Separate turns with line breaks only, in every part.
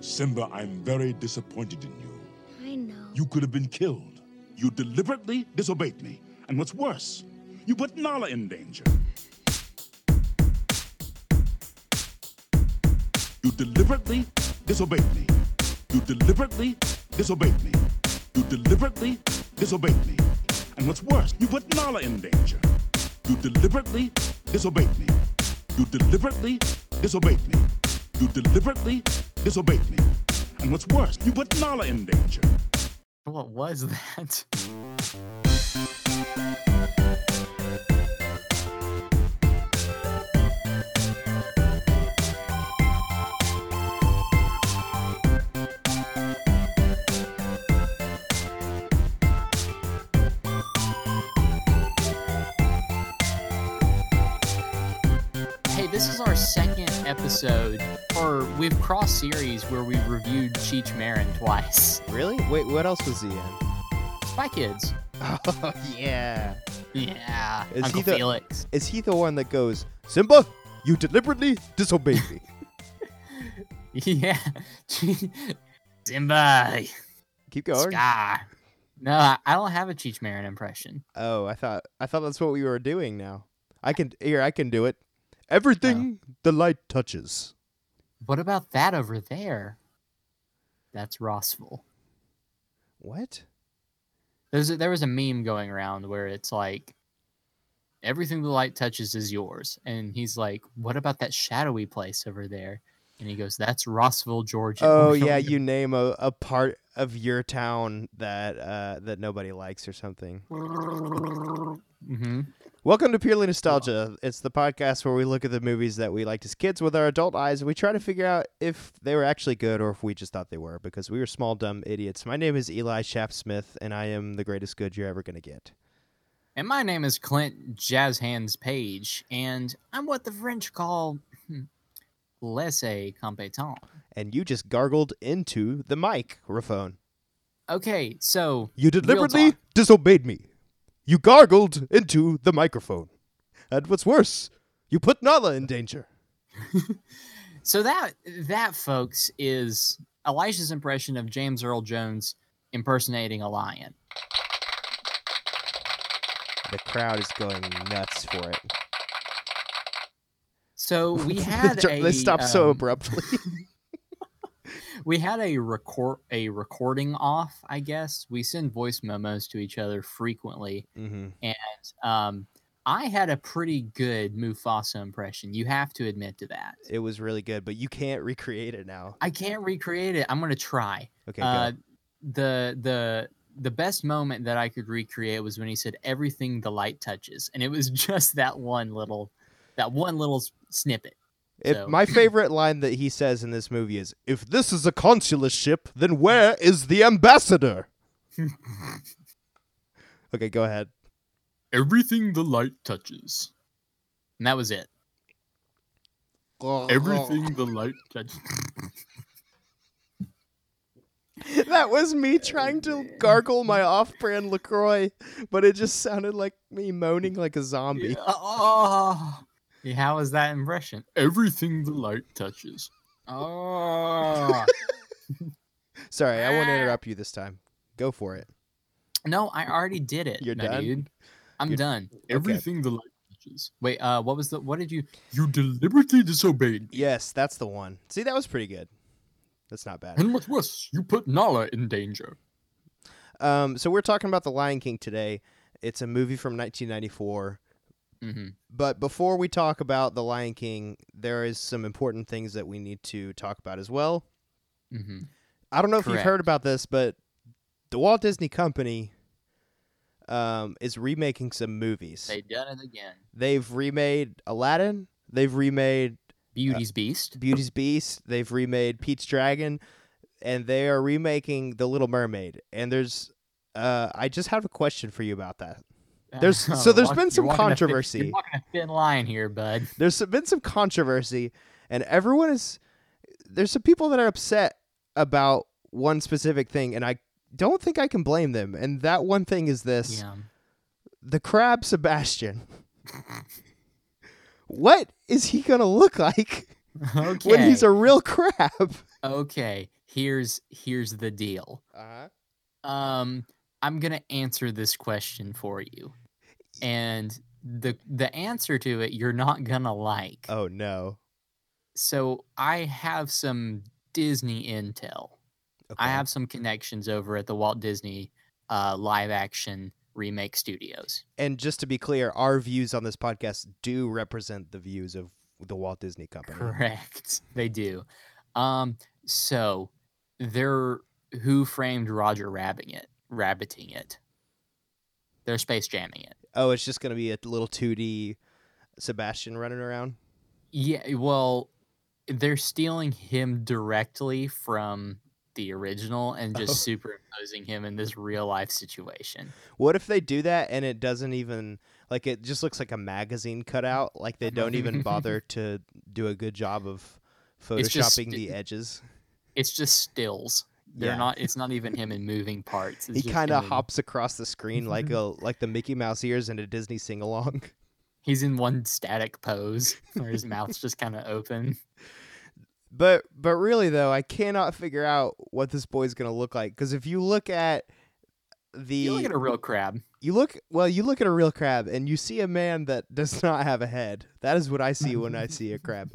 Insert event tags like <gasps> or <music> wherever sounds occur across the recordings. Simba, I'm very disappointed in you.
I know.
You could have been killed.
You deliberately disobeyed me. And what's worse, you put Nala in danger. You deliberately disobeyed me. You deliberately disobeyed me. You deliberately disobeyed me. And what's worse, you put Nala in danger. You deliberately disobeyed me. You deliberately disobeyed me. You deliberately disobeyed me. And what's worse, you put Nala in danger.
What was <laughs> that? Hey, this is our second episode, or we've crossed series where we reviewed Cheech Marin twice.
Really? Wait, what else was he in?
Spy Kids.
Oh <laughs> yeah.
Yeah.
Is
Uncle
he the-
Felix. <laughs>
Is he the one that goes, Simba, you deliberately disobeyed me?
Yeah. <laughs> Simba.
<laughs> Keep going.
Scar. No, I, I don't have a Cheech Marin impression.
Oh, I thought I thought that's what we were doing now. I can here, I can do it. Everything the light touches.
What about that over there? That's Rossville.
What?
There's a, there was a meme going around where it's like, everything the light touches is yours, and he's like, "What about that shadowy place over there?" And he goes, "That's Rossville, Georgia." <laughs>
Oh yeah, you name a, a part of your town that uh, that nobody likes or something.
hmm
Welcome to Purely Nostalgia. It's the podcast where we look at the movies that we liked as kids with our adult eyes and we try to figure out if they were actually good or if we just thought they were because we were small dumb idiots. My name is Eli Shapsmith and I am the greatest good you're ever going to get.
And my name is Clint Jazz Hands Page, and I'm what the French call hmm, laissez compétent.
And you just gargled into the microphone.
Okay, so
You deliberately
talk.
disobeyed me. You gargled into the microphone. And what's worse, you put Nala in danger.
so that that folks is Elisha's impression of James Earl Jones impersonating a lion.
The crowd is going nuts for it. <laughs>
So we had a
they stopped so
um,
abruptly.
we had a record a recording off, I guess. We send voice memos to each other frequently.
<laughs> mm-hmm.
Um, I had a pretty good Mufasa impression. You have to admit to that.
It was really good, but you can't <laughs> recreate it now.
I can't recreate it. I'm gonna try.
Okay,
Uh,
go.
the the the best moment that I could recreate was when he said everything the light touches, and it was <laughs> just that one little that one little s- snippet.
If,
so-
My favorite line that he says in this movie is, "If this is a consular ship, then where is the <laughs> ambassador?" okay, go ahead.
Everything the light touches. And that was it. Everything the light touches.
<laughs> that was me trying to gargle my off-brand Lacroix, but it just sounded like me moaning like a zombie.
Yeah, oh. Yeah, how was that impression? Everything the light touches. Oh.
Sorry, I won't interrupt you this time. Go for it.
no, I already did it.
You're
my
done?
Dude. I'm
You're-
done.
Everything
the light touches. Wait, uh, what was the? What did you? You deliberately disobeyed
Yes, that's the one. See, that was pretty good. That's not bad.
what's worse, you put Nala in danger.
Um, so we're talking about The Lion King today. It's a movie from 1994.
hmm
But before we talk about The Lion King, there is some important things that we need to talk about as well.
hmm
I don't know if you've
Correct.
heard about this, but the Walt Disney Company um, is remaking some movies.
They done it again.
They've remade Aladdin. They've remade
Beauty's
Uh,
Beast.
Beauty's Beast. They've remade Pete's Dragon, and they are remaking The Little Mermaid. And there's, uh, I just have a question for you about that.
<laughs>
there's-
Uh,
so there's
walk-
been
you're
some
walking a thin-
controversy.
You're walking a thin line here, bud.
There's been some controversy, and everyone is. There's some people that are upset about one specific thing, and I don't think I can blame them. And that one thing is this:
Yeah.
the crab <laughs> Sebastian. what is he gonna look like?
okay.
when he's a real crab.
okay. Here's here's the deal.
Uh-huh.
Um, I'm gonna answer this question for you, and the the answer to it you're not gonna like.
Oh no.
So I have some Disney intel. I
Okay.
have some connections over at the Walt Disney uh, live action remake studios.
And just to be clear, our views on this podcast do represent the views of the Walt Disney Company.
Correct. <laughs> They do. Um, so they're who framed Roger Rabbiting it, rabbiting it. They're space jamming it.
Oh, it's just gonna be a little 2D Sebastian running around.
Yeah, well, they're stealing him directly from the original
<laughs>
and just
Oh.
superimposing him in this real life situation.
What if they do that and it doesn't even like it just looks like a magazine cutout? Like they don't
<laughs>
even bother to do a good job of
It's just
photoshopping the
sti-
edges.
It's just stills. They're
Yeah.
not. It's not even him in moving parts. It's
He
just
kind
him
of
in-
hops across the screen
<laughs>
like a like the Mickey Mouse ears in a Disney sing along.
He's in one static pose where his mouth's just kind of
<laughs>
open.
<laughs> But but really though, I cannot figure out what this boy's gonna look like because if you look at the
You look at a real crab.
you look well you look at a real crab and you see a man that <laughs> does not have a head that is what i see when i see a crab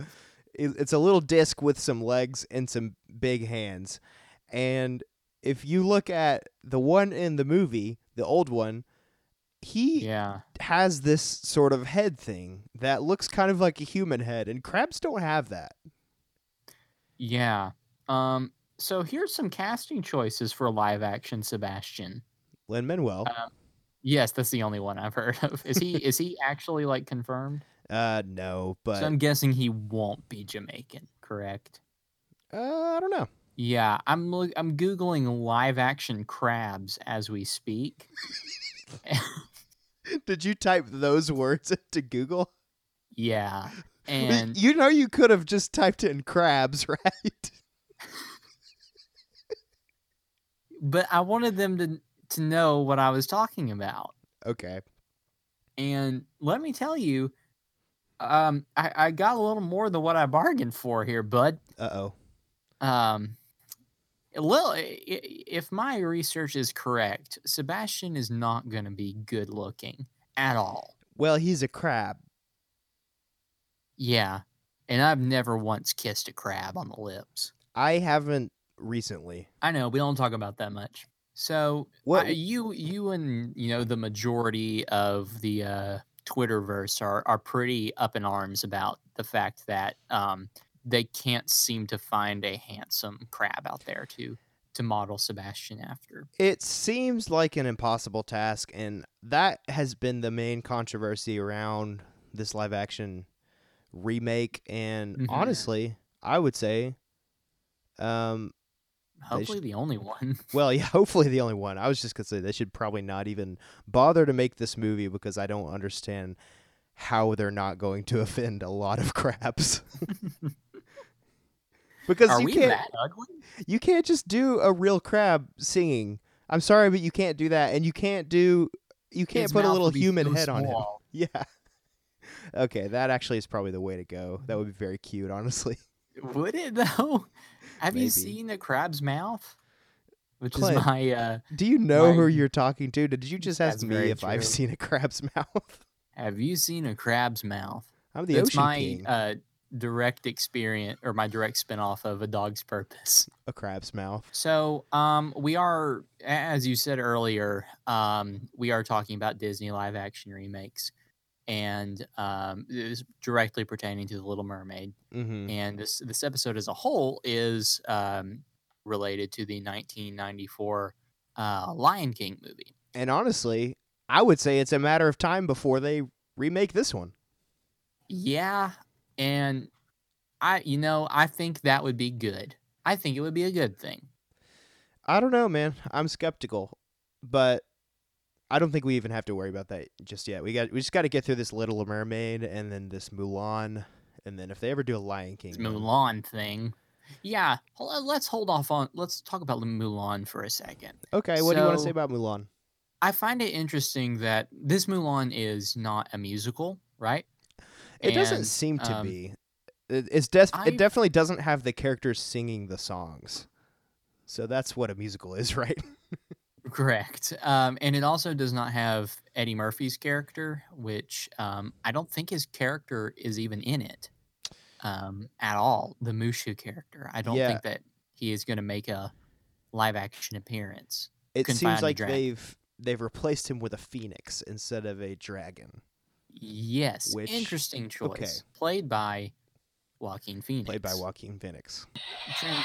It- it's a little disc with some legs and some big hands and if you look at the one in the movie the old one he
Yeah.
has this sort of head thing that looks kind of like a human head and crabs don't have that
Yeah. Um, so here's some casting choices for live action Sebastian.
lynn manuel
Uh, Yes, that's the only one I've heard of. Is he is he actually like confirmed?
uh no but
so I'm guessing he won't be Jamaican, correct?
uh, i don't know <laughs>
Yeah, I'm look, I'm googling live action crabs as we speak.
did you type those words <laughs> into google
Yeah.
Y-
And
you know you could have just typed in crabs, <laughs> right?
but I wanted them to to know what I was talking about.
okay.
And let me tell you, um, I, I got a little more than what I bargained for here, bud.
Uh oh.
Um, a little, i- i- if my research is correct, Sebastian is not going to be good looking at all.
Well, he's a crab.
Yeah. And I've never once kissed a crab on the lips.
I haven't recently.
I know we don't talk about that much. So
What-
I- you you and you know the majority of the uh, Twitterverse are are pretty up in arms about the fact that um, they can't seem to find a handsome crab out there to to model Sebastian after.
It seems like an impossible task, and that has been the main controversy around this live action remake. And
Mhm.
honestly, I would say, um,
Hopefully, the only
<laughs>
one.
well, yeah, hopefully the only one. I was just gonna say they should probably not even bother to make this movie because I don't understand how they're not going to <laughs> offend a lot of crabs. <laughs> because
Are
you
we
can't
that ugly?
you can't just do a real crab singing. I'm sorry, but you can't do that, and you can't do you can't
His
put a
mouth
little
would be
human
so
head on him.
small.
<laughs> Yeah. Okay, that actually is probably the way to go. That would be very cute, honestly.
<laughs>
<laughs>
Would it though? Have
Maybe.
you seen a crab's mouth? Which
Clint,
is my uh,
Do you know who
Mine-
you're talking to? Did you just ask
That's
me
very
if I've
true.
seen a crab's <laughs> mouth?
have you seen a crab's mouth?
I'm the
it's
ocean
my
king.
uh direct experience or my direct spinoff of a dog's purpose
a crab's mouth.
so um we are a- as you said earlier um we are talking about disney live action remakes and um it is directly pertaining to the little mermaid
Mm-hmm.
and this this episode as a whole is um related to the 1994 uh lion king movie
And honestly, I would say it's a matter of time before they remake this one.
yeah and i you know i think that would be good i think it would be a good thing
I don't know, man. I'm skeptical, but I don't think we even have to worry about that just yet. We got we just got to get through this Little Mermaid and then this Mulan, and then if they ever do a Lion King,
this
one-
Mulan thing. Yeah, hol- uh, let's hold off on. Let's talk about the Mulan for a second.
Okay, what do you want to
So-
say about Mulan?
I find it interesting that this Mulan is not a musical, right?
It doesn't
And,
seem to
um,
be. It, it's def-
I-
it definitely doesn't have the characters singing the songs. So that's what a musical is, <laughs> right?
Correct. Um, and it also does not have Eddie Murphy's character, which um, I don't think his character is even in it um, at all. The Mushu character. I don't
Yeah.
think that he is going to make a live action appearance.
It
Confined
seems
to
like
dragon.
they've they've replaced him with a phoenix instead of a dragon,
Yes.
Which-
interesting choice.
okay.
Played by Joaquin Phoenix.
played by Joaquin Phoenix. <sighs>
Joaquin.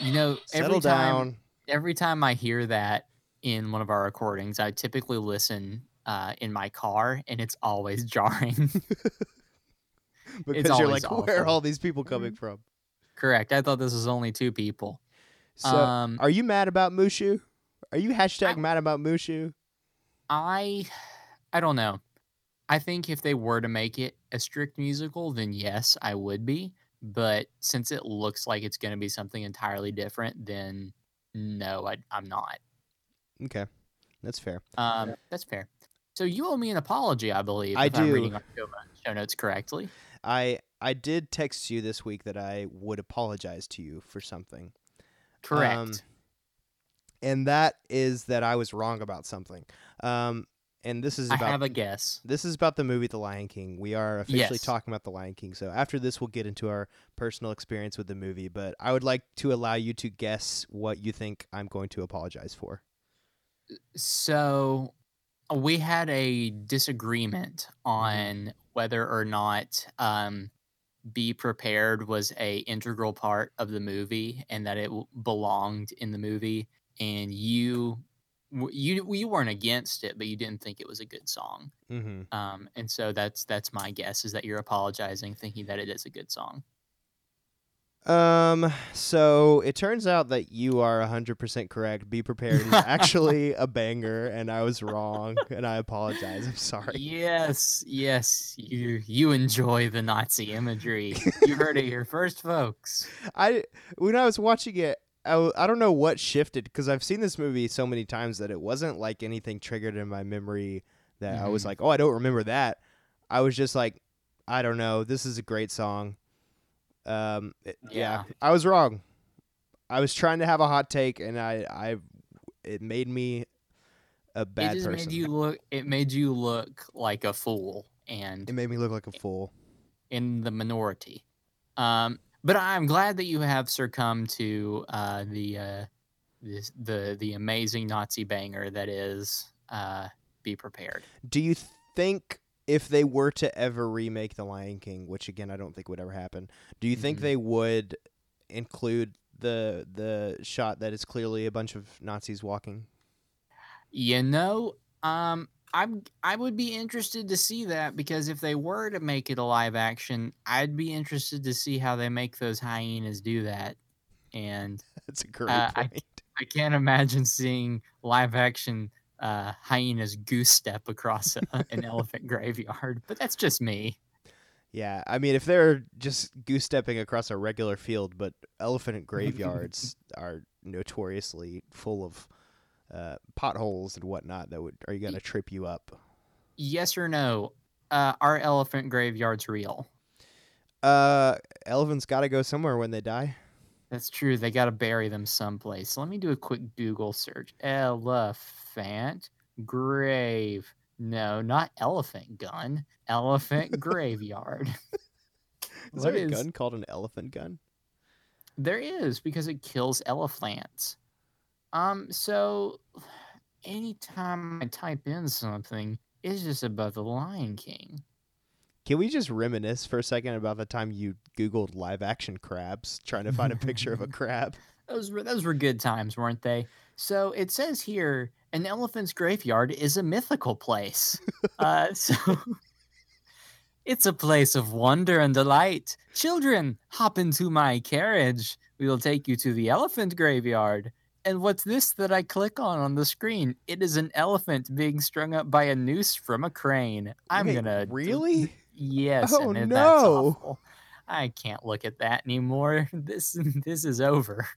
You know, every
Settle
time,
down.
every time I hear that in one of our recordings, I typically listen uh, in my car, and it's always <laughs> jarring.
because you're
always
like, <laughs> where are
awful. Mm-hmm.
all these people coming from?
Correct. I thought this was only two people.
So,
um,
are you mad about Mushu? Are you hashtag
I-
mad about Mushu?
I, I don't know. I think if they were to make it a strict musical, then yes, I would be. But since it looks like it's going to be something entirely different, then no, I, I'm not.
Okay, that's fair.
Um, that's fair. So you owe me an apology, I believe.
I
if I'm
do. Um,
reading our show notes- show notes correctly.
I I did text you this week that I would apologize to you for something.
Correct.
Um, and that is that I was wrong about something. Um, and this is
I
about
have a guess.
this is about the movie The Lion King. We are officially
Yes.
talking about The Lion King. So after this, we'll get into our personal experience with the movie. But I would like to allow you to guess what you think I'm going to apologize for.
So uh, we had a disagreement on whether or not um, "Be Prepared" was a integral part of the movie and that it w- belonged in the movie. And you, w- you, you weren't against it, but you didn't think it was a good song.
Mm-hmm.
Um, and so that's that's my guess is that you're apologizing, thinking that it is a good song.
Um, so it turns out that you are 100% correct. Be prepared is actually a banger, and I was wrong, and I apologize. I'm sorry.
Yes, yes, you you enjoy the Nazi imagery. you heard it here first, folks.
I when I was watching it, I, w- I don't know what shifted because I've seen this movie so many times that it wasn't like anything triggered in my memory that I was
Mhm.
like, oh, I don't remember that. I was just like, I don't know. This is a great song. Um, it- yeah.
Yeah.
I was wrong. I was trying to have a hot take, and I, I, it made me a bad
it just
person.
made you look it made you look like a fool
it
and
made me look like a fool.
in the minority um but i'm glad that you have succumbed to uh the uh this, the the amazing nazi banger that is uh be prepared
Do you think if they were to ever remake The Lion King, which again I don't think would ever happen, do you think
Mhm.
they would include the the shot that is clearly a bunch of Nazis walking? <laughs>
you know um i'm i would be interested to see that because if they were to make it a live action i'd be interested to see how they make those hyenas do that and
That's a great
Uh, I-
point.
I can't imagine seeing live action uh, hyenas goose step across a, an elephant graveyard, but that's just me.
yeah, I mean if they're just goose stepping across a regular field, but
<laughs>
elephant graveyards are notoriously full of uh, potholes and whatnot that would are going to trip you up.
Yes or no? Uh, are elephant graveyards real?
Uh, elephants got to go somewhere when
<laughs>
they die.
That's true. They got to bury them someplace. let me do a quick Google search. Elephant grave. No, not elephant gun. Elephant graveyard.
Is
What
there a
is-
gun called an elephant gun?
There is because it kills elephants. Um, so <sighs> anytime I type in something, it's just about the Lion King.
Can we just reminisce for a second about the time you Googled live action crabs, trying to find a picture
<laughs>
of a crab?
Those were those were good times, weren't they? So it says here an elephant's graveyard is a mythical place. uh, <laughs> so it's a place of wonder and delight. Children, hop into my carriage. We will take you to the elephant graveyard. And what's this that I click on on the screen? It is an elephant being strung up by a noose from a crane. I'm
Wait,
gonna d-
<laughs> really.
Yes,
Oh,
and it- that's
no.
awful. I can't look at that anymore. <laughs> This this is over.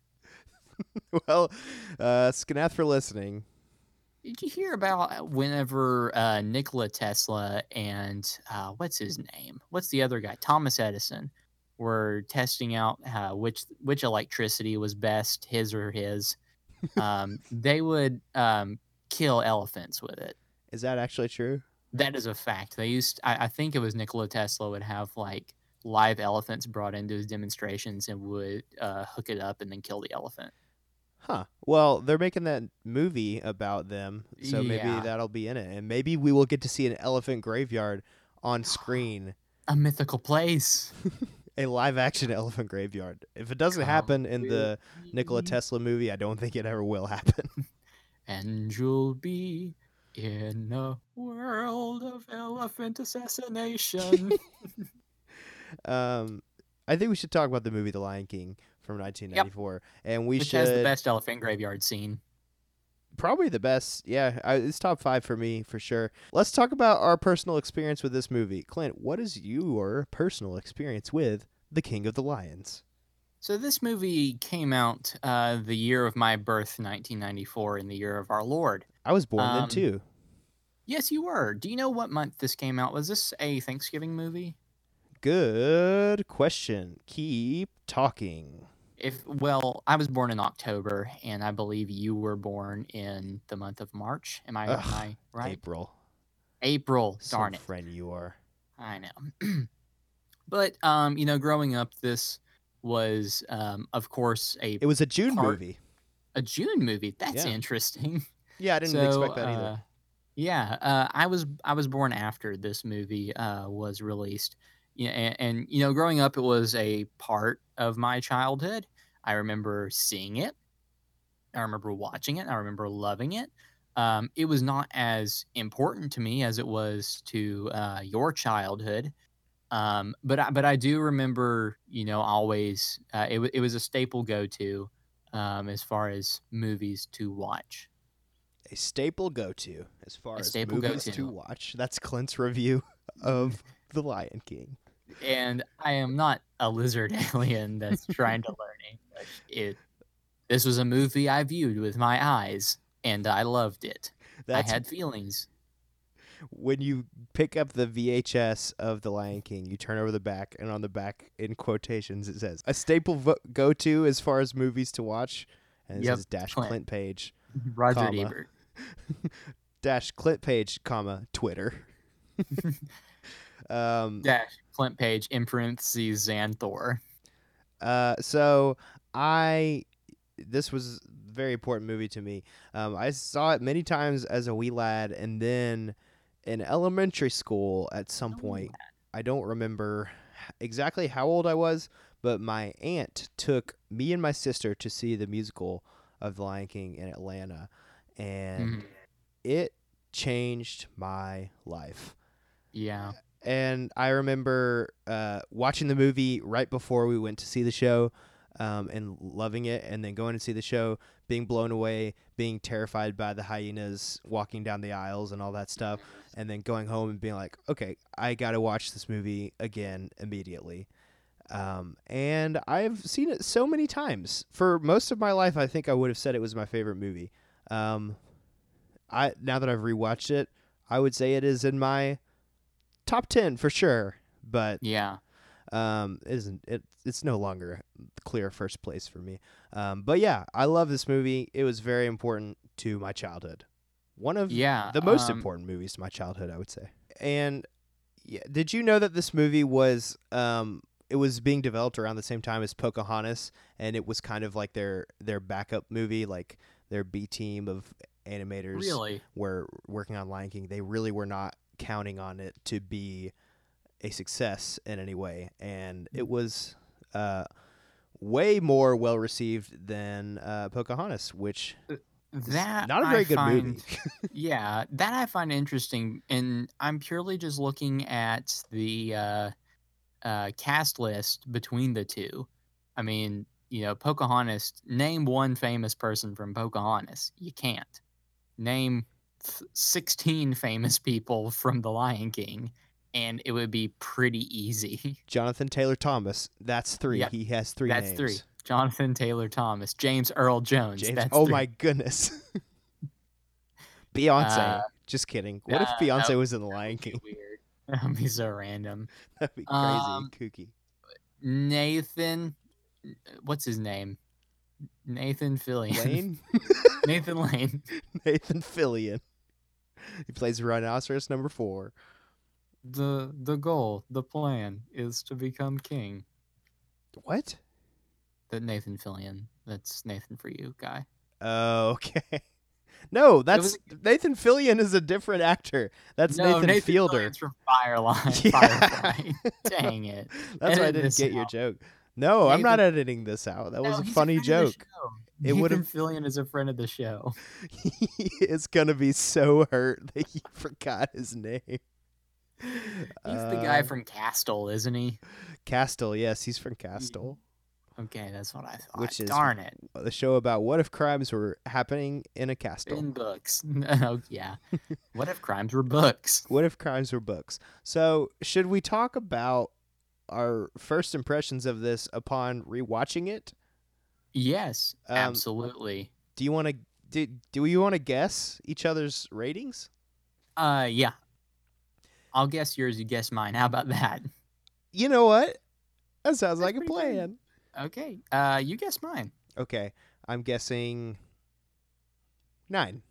Well, uh, Skanath for listening.
Did you hear about whenever uh, Nikola Tesla and uh, what's his name? What's the other guy? Thomas Edison were testing out uh, which which electricity was best, his or his. Um, they would um, kill elephants with it.
Is that actually true?
That is a fact. They used, I, I think it was Nikola Tesla would have like live elephants brought into his demonstrations and would uh, hook it up and then kill the elephant.
Huh. Well, they're making that movie about them, so maybe
Yeah.
that'll be in it, and maybe we will get to see an elephant graveyard
<gasps>
on screen,
A mythical place.
a live-action <laughs> elephant graveyard. If it doesn't
Come
happen in the Nikola
with
Tesla movie, I don't think it ever will happen.
And you'll be in a world of elephant
<laughs>
assassination.
Um, I think we should talk about the movie The Lion King from 1994, and we
which
should
has the best elephant graveyard scene.
probably the best. Yeah, I, it's top five for me for sure. Let's talk about our personal experience with this movie, Clint. What is your personal experience with The King of the Lions?
So this movie came out uh, the year of my birth, 1994, in the year of our Lord.
I was born then
Um,
too.
Yes, you were. Do you know what month this came out? Was this a Thanksgiving movie?
Good question. Keep talking.
If well, I was born in October, and I believe you were born in the month of March. Am I, am
Ugh,
I right?
April.
April.
Some
Darn it.
friend you are.
I know. <clears throat> but um, you know, growing up, this was um, of course a
It was a June
Part-
movie.
a June movie. That's
Yeah.
interesting.
Yeah, I didn't
So,
expect that either.
uh, yeah, uh, I was I was born after this movie uh, was released. Yeah, and, and you know, growing up, it was a part of my childhood. I remember seeing it. I remember watching it. I remember loving it. Um, it was not as important to me as it was to uh, your childhood. Um, but I, but I do remember, you know, always uh, it, wa- it was a staple go to um, as far as movies to watch.
A staple go to as far
A
as
staple
movies to
go-to.
watch. That's Clint's review <laughs> of The Lion King.
and I am not a lizard <laughs> alien that's trying to learn English. It this was a movie I viewed with my eyes and I loved it.
That's
I had
<laughs>
feelings.
when you pick up the VHS of The Lion King, you turn over the back, and on the back, in quotations, it says a staple vo- go to as far as movies to watch, and it
Yep,
says dash
Clint.
Clint Page,
Roger
Comma.
Ebert.
dash Clint Page, comma
<laughs>
Twitter. <laughs> um,
Dash Clint Page in parentheses Xanthor.
Uh, so I this was a very important movie to me. Um, I saw it many times as a wee lad, and then in elementary school at some
A wee
point. I don't remember exactly how old I was, but my aunt took me and my sister to see the musical of The Lion King in Atlanta, and
Mhm.
it changed my life
Yeah.
and I remember uh, watching the movie right before we went to see the show, um, and loving it, and then going to see the show, being blown away, being terrified by the hyenas walking down the aisles and all that stuff, and then going home and being like, okay, I got to watch this movie again immediately. Um, and I've seen it so many times. For most of my life, I think I would have said it was my favorite movie. Um, I now that I've rewatched it, I would say it is in my top ten for sure. But
Yeah.
um, it isn't it? It's no longer clear first place for me. Um, but yeah, I love this movie. It was very important to my childhood. One of
Yeah.
the most
um,
important movies to my childhood, I would say. And yeah, did you know that this movie was um it was being developed around the same time as Pocahontas and it was kind of like their their backup movie, like their B team of animators
Really?
were working on Lion King. They really were not counting on it to be a success in any way and
Mm.
it was uh way more well received than uh Pocahontas, which is
That
not a
I
very good
find,
movie.
yeah, that I find interesting, and I'm purely just looking at the uh, uh, cast list between the two. I mean, you know, Pocahontas. Name one famous person from Pocahontas. You can't. Name th- sixteen famous people from The Lion King, and it would be pretty easy.
<laughs>
<laughs>
Jonathan Taylor Thomas. That's three.
Yep.
He has three
that's
names.
three. Jonathan Taylor Thomas, James Earl Jones.
James.
that's
oh
three.
my goodness. <laughs> Beyonce.
Uh,
Just kidding. What if
uh, that
Beyonce
would-
was in the
That
Lion
would be
King?
weird. <laughs> That would be so random.
<laughs> That'd be crazy,
Um,
kooky.
Nathan, what's his name? Nathan Fillion. <laughs>
Lane,
Nathan Lane.
<laughs> Nathan Fillion. He plays Rhinoceros number four.
The the goal, the plan is to become king.
What?
That Nathan Fillion. That's Nathan for you, guy. <laughs>
Oh, okay. No, that's
was-
Nathan Fillion is a different actor. That's
no,
Nathan, Fielder.
Fillion's from Firelight.
<laughs> Yeah.
Firefly. Dang it.
<laughs> That's why I
Edit
didn't
this
get your
out.
joke. No, I'm not editing this out. That
No,
was a
he's
funny
friend of the
joke. <laughs>
show.
It would've-
Nathan Fillion is a friend of the show.
he is gonna be so hurt <laughs> that you forgot his name. He's Uh,
He's the guy from Castle, isn't he?
Castle. Yes, he's from Castle,
Okay, that's what I thought.
Which is
Darn it.
the show about what if crimes were happening in a castle.
In books. <laughs> No, yeah. what if crimes were books?
What if crimes were books? So, should we talk about our first impressions of this upon rewatching it?
Yes,
Um,
absolutely.
Do you want to do, do you want to guess each other's ratings?
Uh, yeah. I'll guess yours. You guess mine. How about that?
You know what? That sounds like a
pretty good.
plan.
Okay. Uh, you guess mine.
Okay, I'm guessing 9.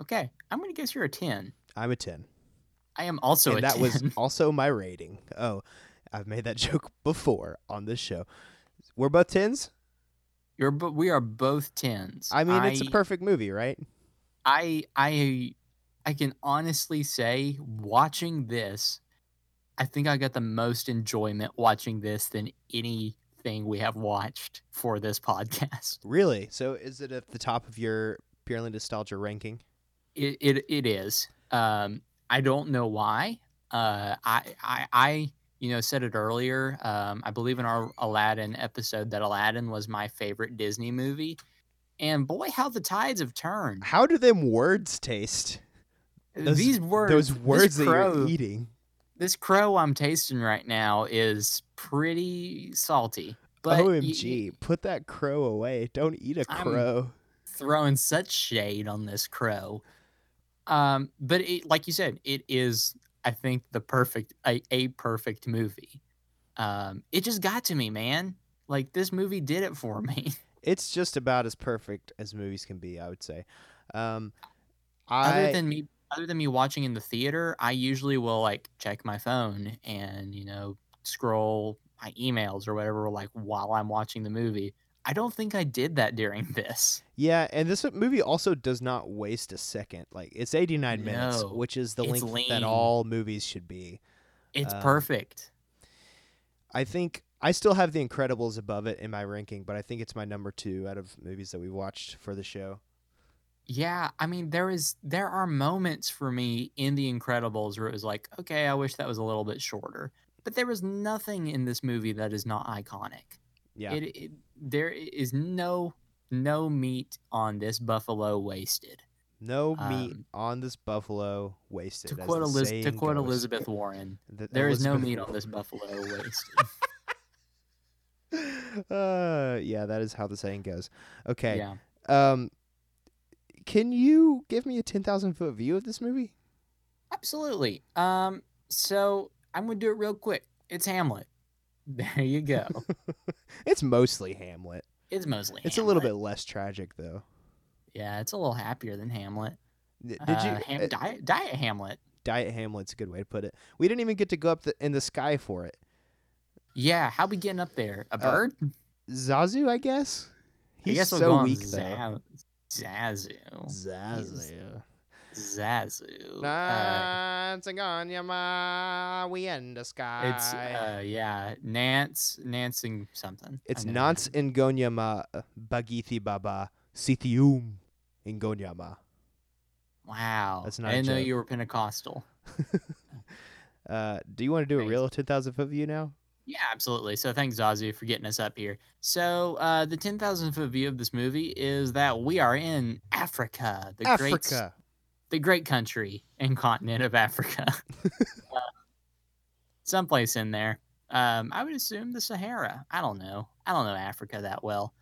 Okay. I'm gonna guess you're a ten.
I'm a 10.
I am also a
and that
10. <laughs>
was also my rating. Oh, I've made that <laughs> joke before on this show. We're both 10s?
You're. But we are both tens.
I mean, it's a perfect movie, right?
I I I can honestly say watching this, I think I got the most enjoyment watching this than anything we have watched for this <laughs> podcast.
Really? So is it at the top of your purely nostalgia ranking?
It it, it is. Um, I don't know why. Uh, I I I you know said it earlier. Um, I believe in our Aladdin episode that Aladdin was my favorite Disney movie, and boy, how the tides have turned.
How do them words taste? Those-
These words,
Those
this
words that
crow-
you're eating.
this crow I'm tasting right now is pretty salty. But y-
OMG, put that crow away. Don't eat a
I'm-
crow.
throwing such shade on this crow. Um, but it, like you said, it is I think the perfect a, a perfect movie. Um, it just got to me, man. Like this movie did it for <laughs> me.
It's just about as perfect as movies can be, I would say. Um,
other
I
than me, other than me watching in the theater, I usually will like check my phone and you know scroll my emails or whatever, like while I'm watching the movie. I don't think I did that during <laughs> this.
yeah, and this movie also does not waste a second. Like it's 89 minutes,
No,
which is the
it's
length that
lean.
all movies should be.
It's
Um,
perfect.
I think I still have The Incredibles above it in my ranking, but I think it's my number two out of movies that we watched for the show.
Yeah, I mean there is there are moments for me in The Incredibles where it was like, okay, I wish that was a little bit shorter. But there is nothing in this movie that is not iconic.
Yeah,
It, it there is no no meat on this buffalo wasted.
no meat
um,
on this buffalo wasted.
To
as
quote,
the
Eliz- to
saying
quote
goes.
Elizabeth
<laughs>
Warren,
The-
there is no
Elizabeth-
meat on this buffalo waist.
<laughs> uh, yeah, that is how the saying goes. <laughs> Okay.
Yeah.
Um, can you give me a ten thousand foot view of this movie? <laughs>
Absolutely. Um, so I'm going to do it real quick. It's Hamlet. <laughs> There you go.
It's mostly Hamlet.
It's mostly
It's a little
Hamlet.
bit less tragic though.
Yeah, it's a little happier than Hamlet.
Did you
Uh, Ham-
uh,
diet, diet Hamlet.
Diet Hamlet's a good way to put it. We didn't even get to go up the, in the sky for it.
Yeah, how we getting up there? A
Uh,
bird?
Zazu, I guess. He's
I guess we'll go
so
on
weak though.
Za- Zazu. uh,
Zazu.
Zazu. Uh,
Dancing on your ma, we in the sky.
it's uh, yeah, Nance, Nancing something. I
It's
never
Nance
know.
Ingonyama Bagithi Baba Sithium Ingonyama.
Wow,
That's not a
I didn't know
joke.
you were Pentecostal.
Uh, do you want to do a
Thanks.
real 10,000 foot view now?
Yeah, absolutely. So thanks, Zazu, for getting us up here. So uh, the ten thousand foot view of this movie is that we are in Africa, the great s-
Africa.
the great country and continent of Africa, Uh, someplace in there. Um, I would assume the Sahara. I don't know. I don't know Africa that well.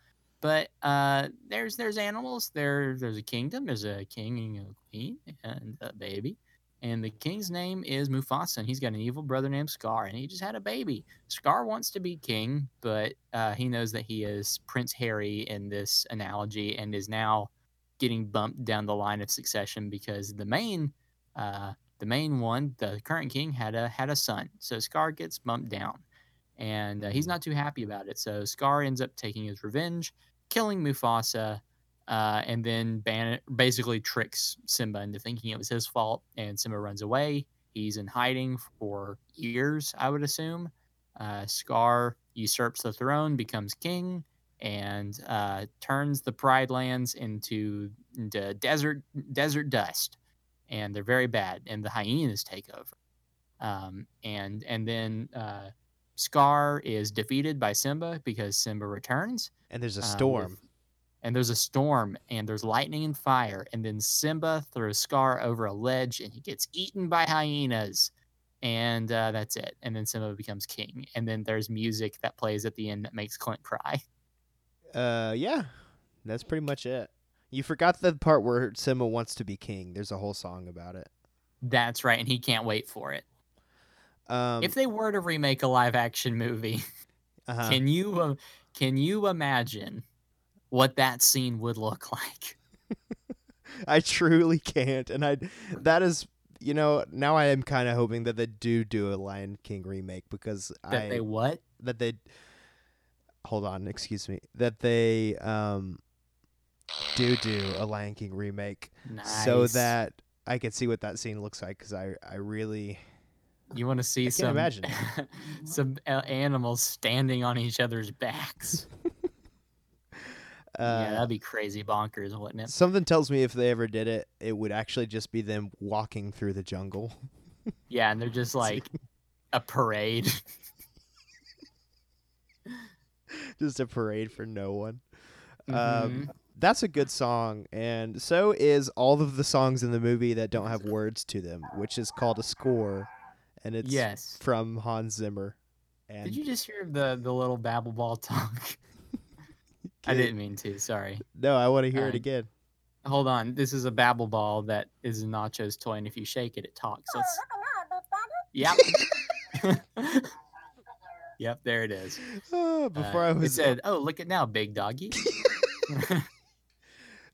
But uh, there's there's animals. There there's a kingdom. There's a king and a queen and a baby. And the king's name is Mufasa, and he's got an evil brother named Scar, and he just had a baby. Scar wants to be king, but uh, he knows that he is Prince Harry in this analogy, and is now getting bumped down the line of succession because the main, uh, the main one, the current king had a had a son, so Scar gets bumped down, and uh, he's not too happy about it. So Scar ends up taking his revenge, killing Mufasa, uh, and then ban- basically tricks Simba into thinking it was his fault. And Simba runs away. He's in hiding for years, I would assume. Uh, Scar usurps the throne, becomes king, and uh, turns the Pride Lands into, into desert desert dust. And they're very bad, and the hyenas take over. Um, and and then uh, Scar is defeated by Simba because Simba returns,
And there's a
uh, with-
storm.
and there's a storm and there's lightning and fire and then simba throws scar over a ledge and he gets eaten by hyenas and uh, that's it and then simba becomes king and then there's music that plays at the end that makes clint cry <laughs>
Uh, yeah, that's pretty much it. You forgot the part where Simba wants to be king. There's a whole song about it.
that's right and he can't wait for it
Um,
if they were to remake a live action movie <laughs>
uh-huh.
can you uh, can you imagine what that scene would look <laughs> like
<laughs> I truly can't, and I that is you know now I am kind of hoping that they do do a Lion King remake because
that
I
they what
that they hold on, excuse me, that they um do do a Lion King remake so
Nice.
that I can see what that scene looks like because I I really
You want to see
can't
some
imagine
<laughs> some a- animals standing on each other's backs.
uh,
yeah, that'd be crazy bonkers, wouldn't
<laughs>
it?
Something tells me if they ever did it, it would actually just be them walking through the jungle. <laughs>
Yeah, and they're just like a parade.
just a parade for no one. <laughs> Um,
Mhm.
that's a good song, and so is all of the songs in the movie that don't have words to them, which is called a score, and it's
yes.
from Hans Zimmer. And
Did you just hear the the little babble ball
<laughs>
talk? I
Kid-
didn't mean to. Sorry.
No, I want to hear it
Fine.
again.
Hold on. This is a babble ball that is Nacho's toy, and if you shake it, it talks. <laughs> Let's... Yep. <laughs> yep. There it is.
Oh,
Uh,
<sighs> before I
it
was
said, "Oh, look at now, big
<laughs>
doggy."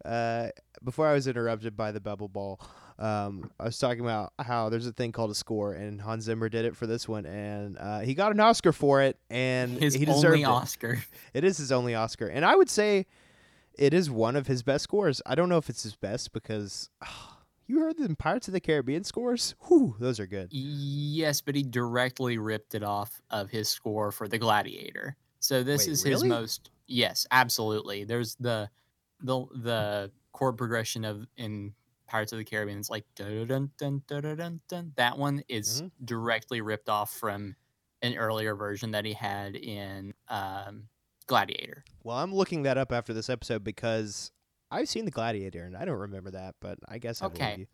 uh, before I was interrupted by the bubble ball, um, I was talking about how there's a thing called a score, and Hans Zimmer did it for this one, and uh, he got an Oscar for it, and
His
he deserved
only
it.
Oscar.
It is his only Oscar, and I would say it is one of his best scores. I don't know if it's his best because <sighs> you heard the Pirates of the Caribbean scores. Whew, those are good.
Yes, but he directly ripped it off of his score for The Gladiator. So this
Wait,
is his
really?
most yes, absolutely. There's the the the chord progression of in Pirates of the Caribbean. It's like dun dun dun dun dun dun. dun. That one is
Mhm.
directly ripped off from an earlier version that he had in um, Gladiator.
Well, I'm looking that up after this episode because I've seen the Gladiator, and I don't remember that, but I guess I believe
Okay.
you.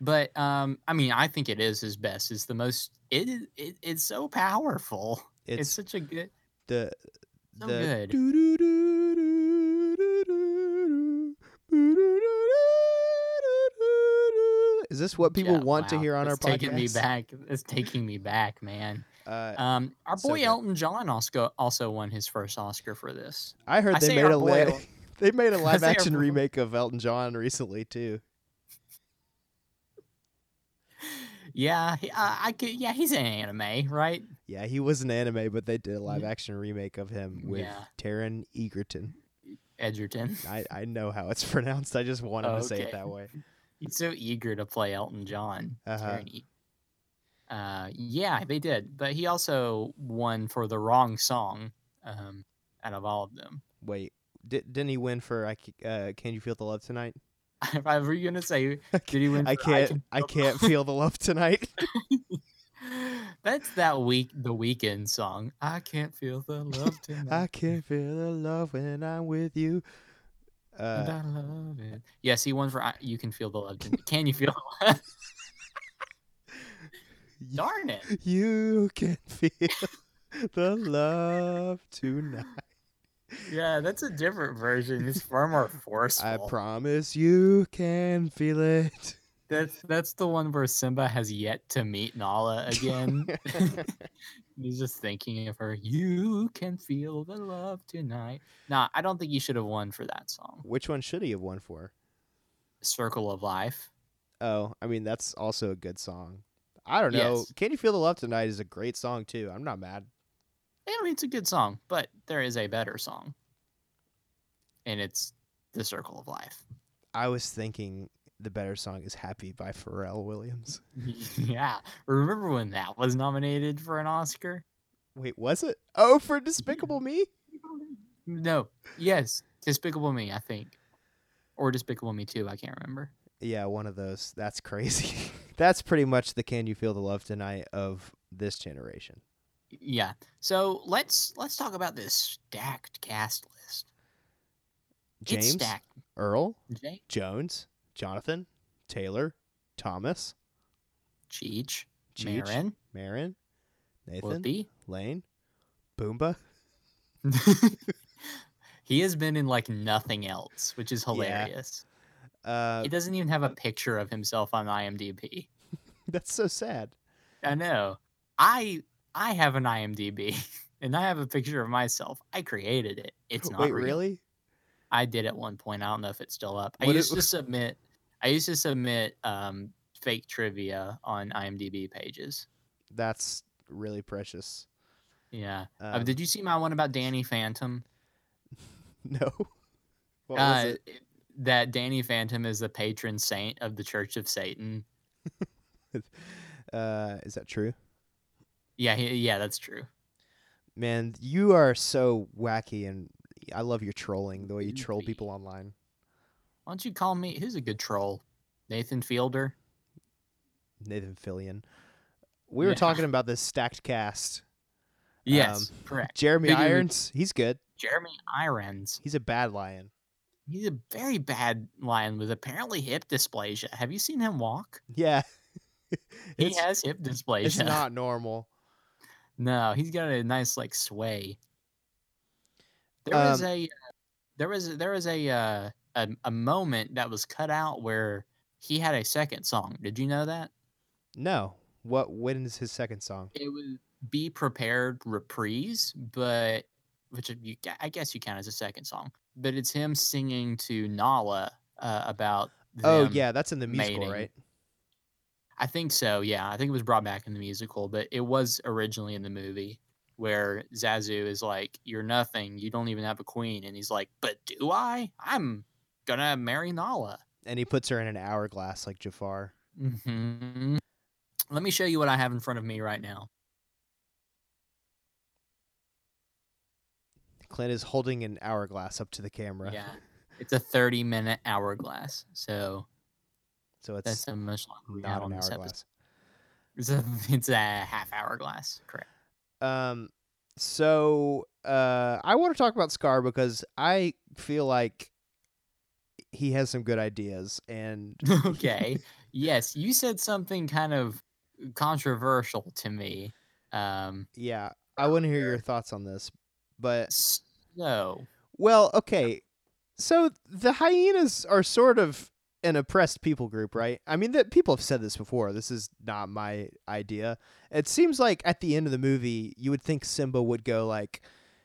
But um, I mean, I think it is his best. It's the most. It is. It, it's so powerful. It's,
It's,
such a good.
the
So
the
good.
Is this what people
Yeah,
want to
wow.
hear on
it's
our podcast?
taking me back. It's taking me back, man.
Uh,
Um, our
So
boy
good.
Elton John also also won his first Oscar for this.
I heard
I
they
say
made
our
a
boy
li-
El-
they made
<laughs>
a live
say our
action
boy-
remake of Elton John recently too.
Yeah, he, I, I could. Yeah, he's in anime, right?
Yeah, he was an anime, but they did a live action remake of him with
Yeah.
Taron Egerton.
Edgerton.
I, I know how it's <laughs> pronounced. I just wanted to say it
Okay.
that way.
He's so eager to play Elton John.
Uh-huh.
Tyranny. Uh, yeah, they did. But he also won for the wrong song um, out of all of them. <laughs>
Wait, did, didn't he win for I, C- uh, Can You Feel the Love Tonight?
if I were going to
<laughs>
say, did he win?
I
for
can't
Can
I
Feel the
can't feel the
<laughs>
love tonight.
<gasps> That's that week the weekend song. I can't feel the love
I
tonight.
can't feel the love when I'm with you.
and
Uh,
I love it. Yes, he won for I, you can feel the love. Tonight. Can you feel? the
<laughs>
love?
y-
Darn it!
<laughs> You can feel the love tonight.
Yeah, that's a different version. It's far more forceful.
I promise you can feel it.
That's that's the one where Simba has yet to meet Nala
<laughs>
again. <laughs> He's just thinking of her. You can feel the love tonight. Nah, I don't think you should have won for that song.
Which one should he have won for?
Circle of Life.
Oh, I mean that's also a good song. I don't know.
Yes.
Can you feel the love tonight is a great song too. I'm not mad.
I mean, it's a good song, but there is a better song, and it's the Circle of
<laughs>
Life.
I was thinking the better song is Happy by Pharrell Williams.
yeah, remember when that was nominated for an Oscar?
Wait, was it? Oh, for Despicable Me?
No. Yes. Despicable Me, I think. Or Despicable Me 2, I can't remember.
Yeah, one of those. That's crazy. <laughs> That's pretty much the Can You Feel the Love Tonight of this generation.
Yeah. So let's let's talk about this stacked cast list. It's
James,
stacked.
Earl,
Jay,
Jones, Jonathan, Taylor, Thomas,
Cheech,
Cheech,
Marin,
Marin, Nathan,
Whoopi.
Lane, Boomba.
<laughs> he has been in like nothing else, which is hilarious.
Uh,
he doesn't even have a picture of himself on IMDb.
<laughs> that's so sad.
I know. I I have an IMDb <laughs> and I have a picture of myself. I created it. It's not
Wait,
real.
really?
I did at one point. I don't know if it's still up. I
What it-
used
<laughs>
to submit. I used to submit um, fake trivia on IMDb pages.
That's really precious.
Yeah. Uh,
Um,
did you see my one about Danny Phantom?
<laughs> No. What was
Uh,
it?
it- That Danny Phantom is the patron saint of the Church of Satan.
<laughs> Uh, is that true?
Yeah, he, yeah, that's true.
Man, you are so wacky, and I love your trolling, the way you troll
Goofy.
people online.
Why don't you call me? Who's a good troll? Nathan Fielder.
Nathan Fillion. We were
Yeah.
talking about this stacked cast.
Yes,
Um,
correct.
Jeremy
Who do we-
Irons, he's good.
Jeremy Irons.
He's a bad lion.
He's a very bad lion with apparently hip dysplasia. Have you seen him walk?
Yeah. <laughs>
He
it's,
has hip dysplasia.
it's not normal.
<laughs> No, he's got a nice like sway. There was
Um,
a uh, there was there was a uh, a, a moment that was cut out where he had a second song. Did you know that?
No. What when is his second song?
It was "Be Prepared" reprise, but which you ca- I guess you count as a second song. But it's him singing to Nala uh, about.
oh
them.
yeah, that's in the musical,
mating.
right?
I think so. Yeah, I think it was brought back in the musical, but it was originally in the movie where Zazu is like, "You're nothing. You don't even have a queen," and he's like, "But do I? I'm gonna marry Nala."
And he puts her in an hourglass like Jafar. Mm-hmm.
hmm Let me show you what I have in front of me right now.
Clint is holding an hourglass up to the camera.
Yeah, it's a 30 minute hourglass, so
<laughs> So it's
that's how much longer we
not
have on
an
this episode.
hourglass.
It's a, <laughs> it's a half hourglass, correct? <laughs>
Um so uh I want to talk about Scar because I feel like he has some good ideas
<laughs>
and
okay. Yes, you said something kind of controversial to me. Um,
Yeah, I want to hear your thoughts on this.
<laughs>
But
so
well, okay. So the hyenas are sort of an oppressed people group, right? I mean, that people have said this before. This is not my idea. It seems like at the end of the movie, you would think Simba would go like,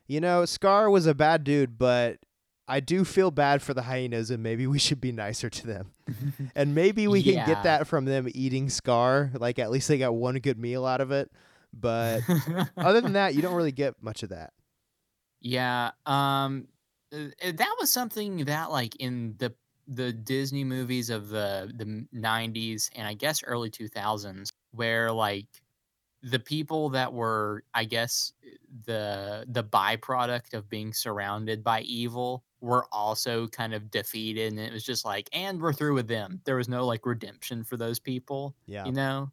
you know, Scar was a bad dude, but I do feel bad for the hyenas and maybe we should be nicer to them. And maybe we can
Yeah.
get that from them eating Scar, like at least they got one good meal out of it. But other than that, you don't really get much of that.
yeah, um, uh, uh, that was something that like in the the Disney movies of the the m- '90s and I guess early 2000s, where like the people that were I guess uh, the the byproduct of being surrounded by evil were also kind of defeated, and it was just like, and we're through with them. There was no like redemption for those people.
Yeah.
you know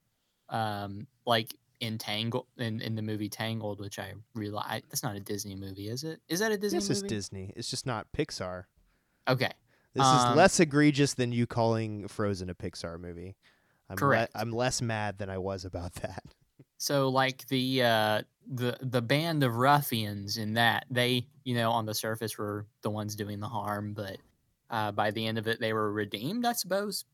um like in tangle in, in the movie tangled which i realize that's not a disney movie is it is that a disney
This is
movie
Disney. It's just not Pixar.
okay
This
Um,
is less egregious than you calling Frozen a Pixar movie. I'm
Correct.
I'm less mad than I was about <laughs> that.
so like the uh the the band of ruffians in that they you know, on the surface were the ones doing the harm, but uh, by the end of it, they were redeemed, I suppose.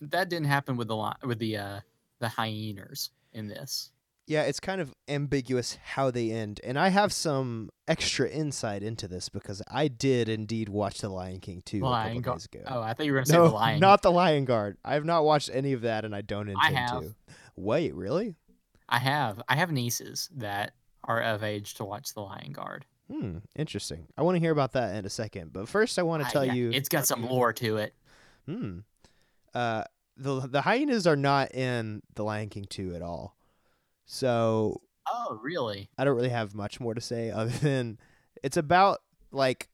That didn't happen with the li- with the uh, the hyenas in this.
Yeah, it's kind of ambiguous how they end. And I have some extra insight into this because I did indeed watch The Lion King 2 a
Lion
couple
Guard.
days ago.
Oh, I thought you were gonna say
no,
the lion.
not The Lion Guard. I have not watched any of that and I don't intend
I have.
to. Wait, really?
I have I have nieces that are of age to watch the Lion Guard.
Hmm, interesting. I want to hear about that in a second. But first, I want to
I-
tell
Uh, yeah,
you.
it's got some lore to it.
Hmm. Uh, the the hyenas are not in the Lion King two at all, so
Oh, really?
I don't really have much more to say <laughs> other than it's about like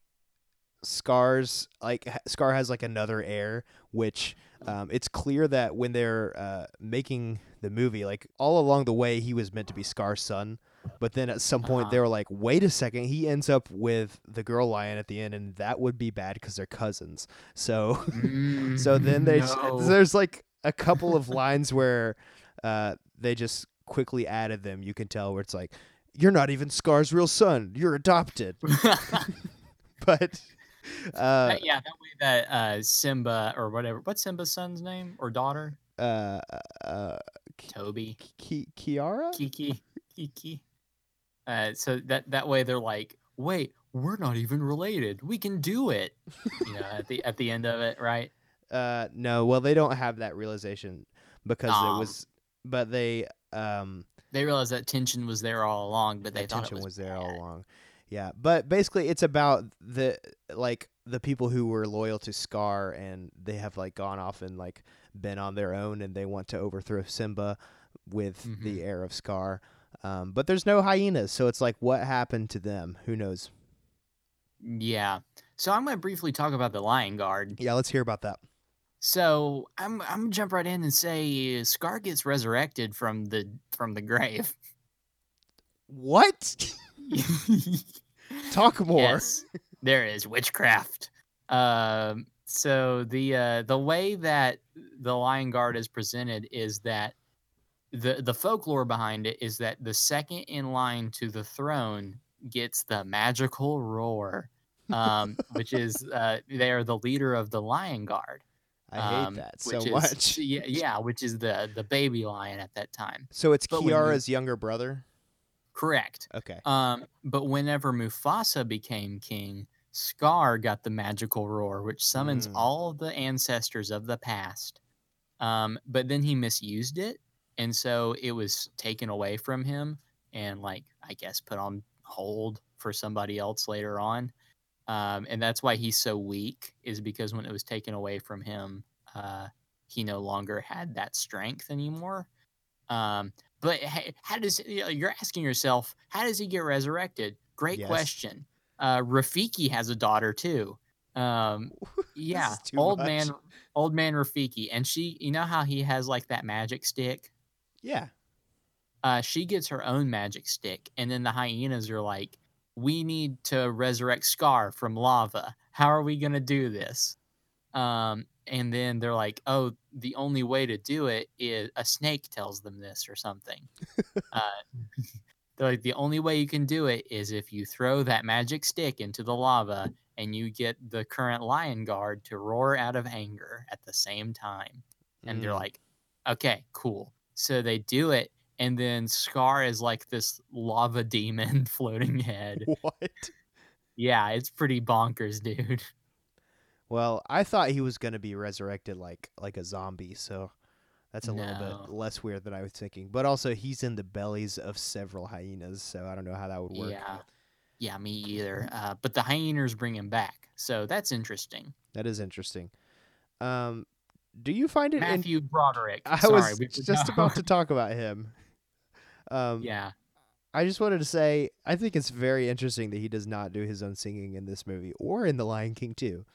scars like ha- scar has like another heir which um, it's clear that when they're uh, making the movie like all along the way he was meant to be scar's son but then at some point they
Uh-huh.
were like wait a second he ends up with the girl lion at the end and that would be bad because they're cousins so
<laughs>
so then they s-
Mm, No. <laughs>
there's like a couple of lines where uh, they just quickly added them. You can tell where it's like, "You're not even Scar's real son. You're adopted." <laughs>
Uh,
But uh,
That- yeah, that way that uh, Simba or whatever. What's Simba's son's name or daughter?
uh, uh,
Toby,
Ki- Kiara,
Kiki, Kiki. Uh, so that that way they're like, wait, we're not even related. We can do it. You know, at the at the end of it, right?
uh, no, well they don't have that realization because
Aw.
it was, but they um,
They realized that tension was there all along, but they
the
thought it
tension
was,
was, there all
bad.
along. Yeah, but basically it's about the like the people who were loyal to Scar and they have like gone off and like been on their own and they want to overthrow Simba with
Mm-hmm.
the heir of Scar. Um, but there's no hyenas, so it's like what happened to them? Who knows?
Yeah. So I'm gonna briefly talk about the Lion Guard.
Yeah, let's hear about that.
So I'm I'm gonna jump right in and say Scar gets resurrected from the from the grave. <laughs>
What? Talk more.
Yes, there is witchcraft. Um, so the uh, the way that the Lion Guard is presented is that the the folklore behind it is that the second in line to the throne gets the magical roar, um,
<laughs>
which is uh, they are the leader of the Lion Guard.
I hate
um,
that so
which is- <laughs>
much.
Yeah, yeah, which is the the baby lion at that time.
So it's
But when you-
Kiara's younger brother.
Correct.
Okay.
Um, but whenever Mufasa became king, Scar got the magical roar, which summons
Mm.
all of the ancestors of the past. Um, but then he misused it, and so it was taken away from him and, like, I guess, put on hold for somebody else later on. Um, and that's why he's so weak, is because when it was taken away from him, uh, he no longer had that strength anymore. Um, but h- how does you know, you're asking yourself how does he get resurrected? Great
Yes.
question. Uh, Rafiki has a daughter too.
<laughs>
Um, yeah,
is too
old
much.
man, old man Rafiki, and she. You know how he has like that magic stick.
Yeah.
Uh, she gets her own magic stick, and then the hyenas are like, "We need to resurrect Scar from lava. How are we gonna do this?" Um, and then they're like, "Oh, the only way to do it is a snake tells them this or something." uh, <laughs> they're like, "The only way you can do it is if you throw that magic stick into the lava." And you get the current lion guard to roar out of anger at the same time and they're
Mm.
like, okay, cool. So they do it, and then Scar is like this lava <laughs> demon floating head.
<laughs> what?
Yeah, it's pretty bonkers, dude. <laughs>
Well, I thought he was gonna be resurrected like like a zombie, so that's a little bit
No.
less weird than I was thinking. But also, he's in the bellies of several hyenas, so I don't know how that would work.
Yeah, yeah, me either. Uh, but the hyenas bring him back, so that's interesting.
That is interesting. Um, do you find it? in-
Matthew Broderick.
<laughs> I
sorry,
was
we
just
forgot. <laughs>
about to talk about him. Um,
Yeah,
I just wanted to say I think it's very interesting that he does not do his own singing in this movie or in The Lion
<laughs>
King too.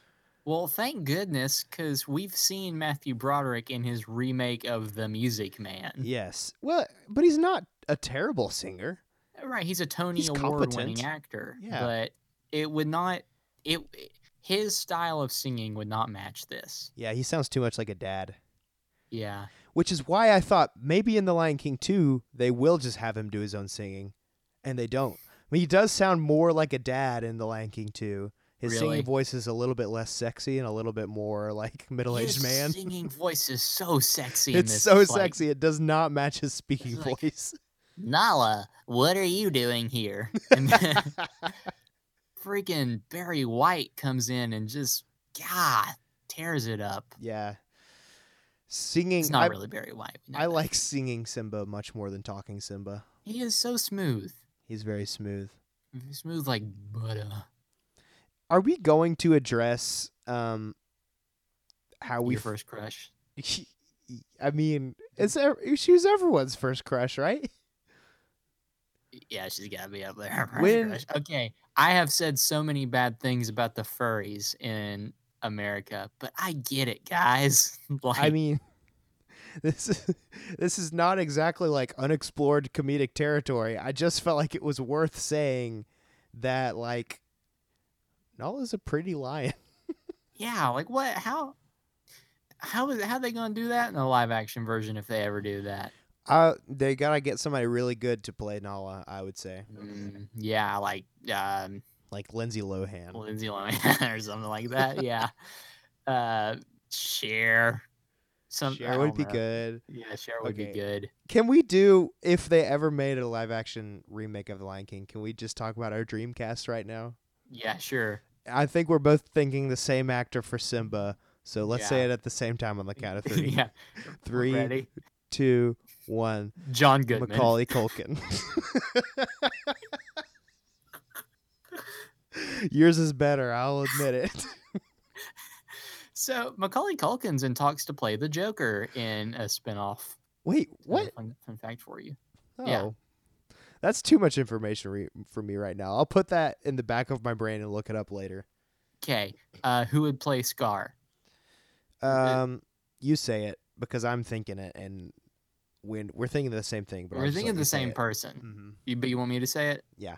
well, thank goodness, because we've seen Matthew Broderick in his remake of The Music Man.
Yes. Well, but he's not a terrible singer.
Uh, Right, he's a Tony
He's
award-winning
competent.
actor.
Yeah.
but it would not. It his style of singing would not match this.
Yeah, he sounds too much like a dad.
Yeah,
which is why I thought maybe in The Lion King 2 they will just have him do his own singing and they don't mean, he does sound more like a dad in The Lion King 2. His
Really?
singing voice is a little bit less sexy and a little bit more like <laughs> middle-aged
His
man. <laughs>
singing voice is so sexy. in
It's
this.
so
like,
sexy. It does not match his speaking
like-
voice. <laughs>
Nala, what are you doing here? And then freaking Barry White comes in and just God tears it up.
yeah. Singing
It's not
I,
really Barry White. we know
I
that.
like singing Simba much more than talking Simba.
He is so smooth,
He's very smooth.
smooth like butter.
Are we going to address um how we
Your
f-
first crush.
I mean, it's ev- she was everyone's first crush, right?
Yeah, she's gotta be up there. <laughs> First
When-
crush. Okay, I have said so many bad things about the furries in America, but I get it, guys. <laughs> like,
I mean, <laughs> this is this is not exactly like unexplored comedic territory. I just felt like it was worth saying that like Nala's a pretty lion.
yeah, like what? How? How is how they gonna do that in a live action version if they ever do that?
Uh, they gotta get somebody really good to play Nala. I would say
Mm, yeah, like um,
like Lindsay Lohan.
Lindsay Lohan <laughs> or something like that.
<laughs>
Yeah, uh, share. Some I
Cher would
don't
be
know.
good.
Yeah, share would
Okay.
be good.
Can we do if they ever made a live action remake of The Lion King? Can we just talk about our Dreamcast right now?
Yeah, sure. <laughs>
I think we're both thinking the same actor for Simba, so let's say
Yeah.
it at the same time on the
<laughs>
count of three.
yeah,
Three,
ready.
two, one.
John Goodman.
Macaulay Culkin. <laughs> Yours is better. I'll admit it. <laughs>
So Macaulay Culkin's in talks to play the Joker in a spinoff. <laughs>
Wait,
What?
what?
Fun, fun fact for you.
Oh.
yeah.
That's too much information re- for me right now. I'll put that in the back of my brain and look it up later.
Okay, uh, who would play Scar?
Um, you say it because I'm thinking it, and when we're thinking the same thing, but
We're thinking the same person.
Mm-hmm.
You, but you want me to say it?
Yeah.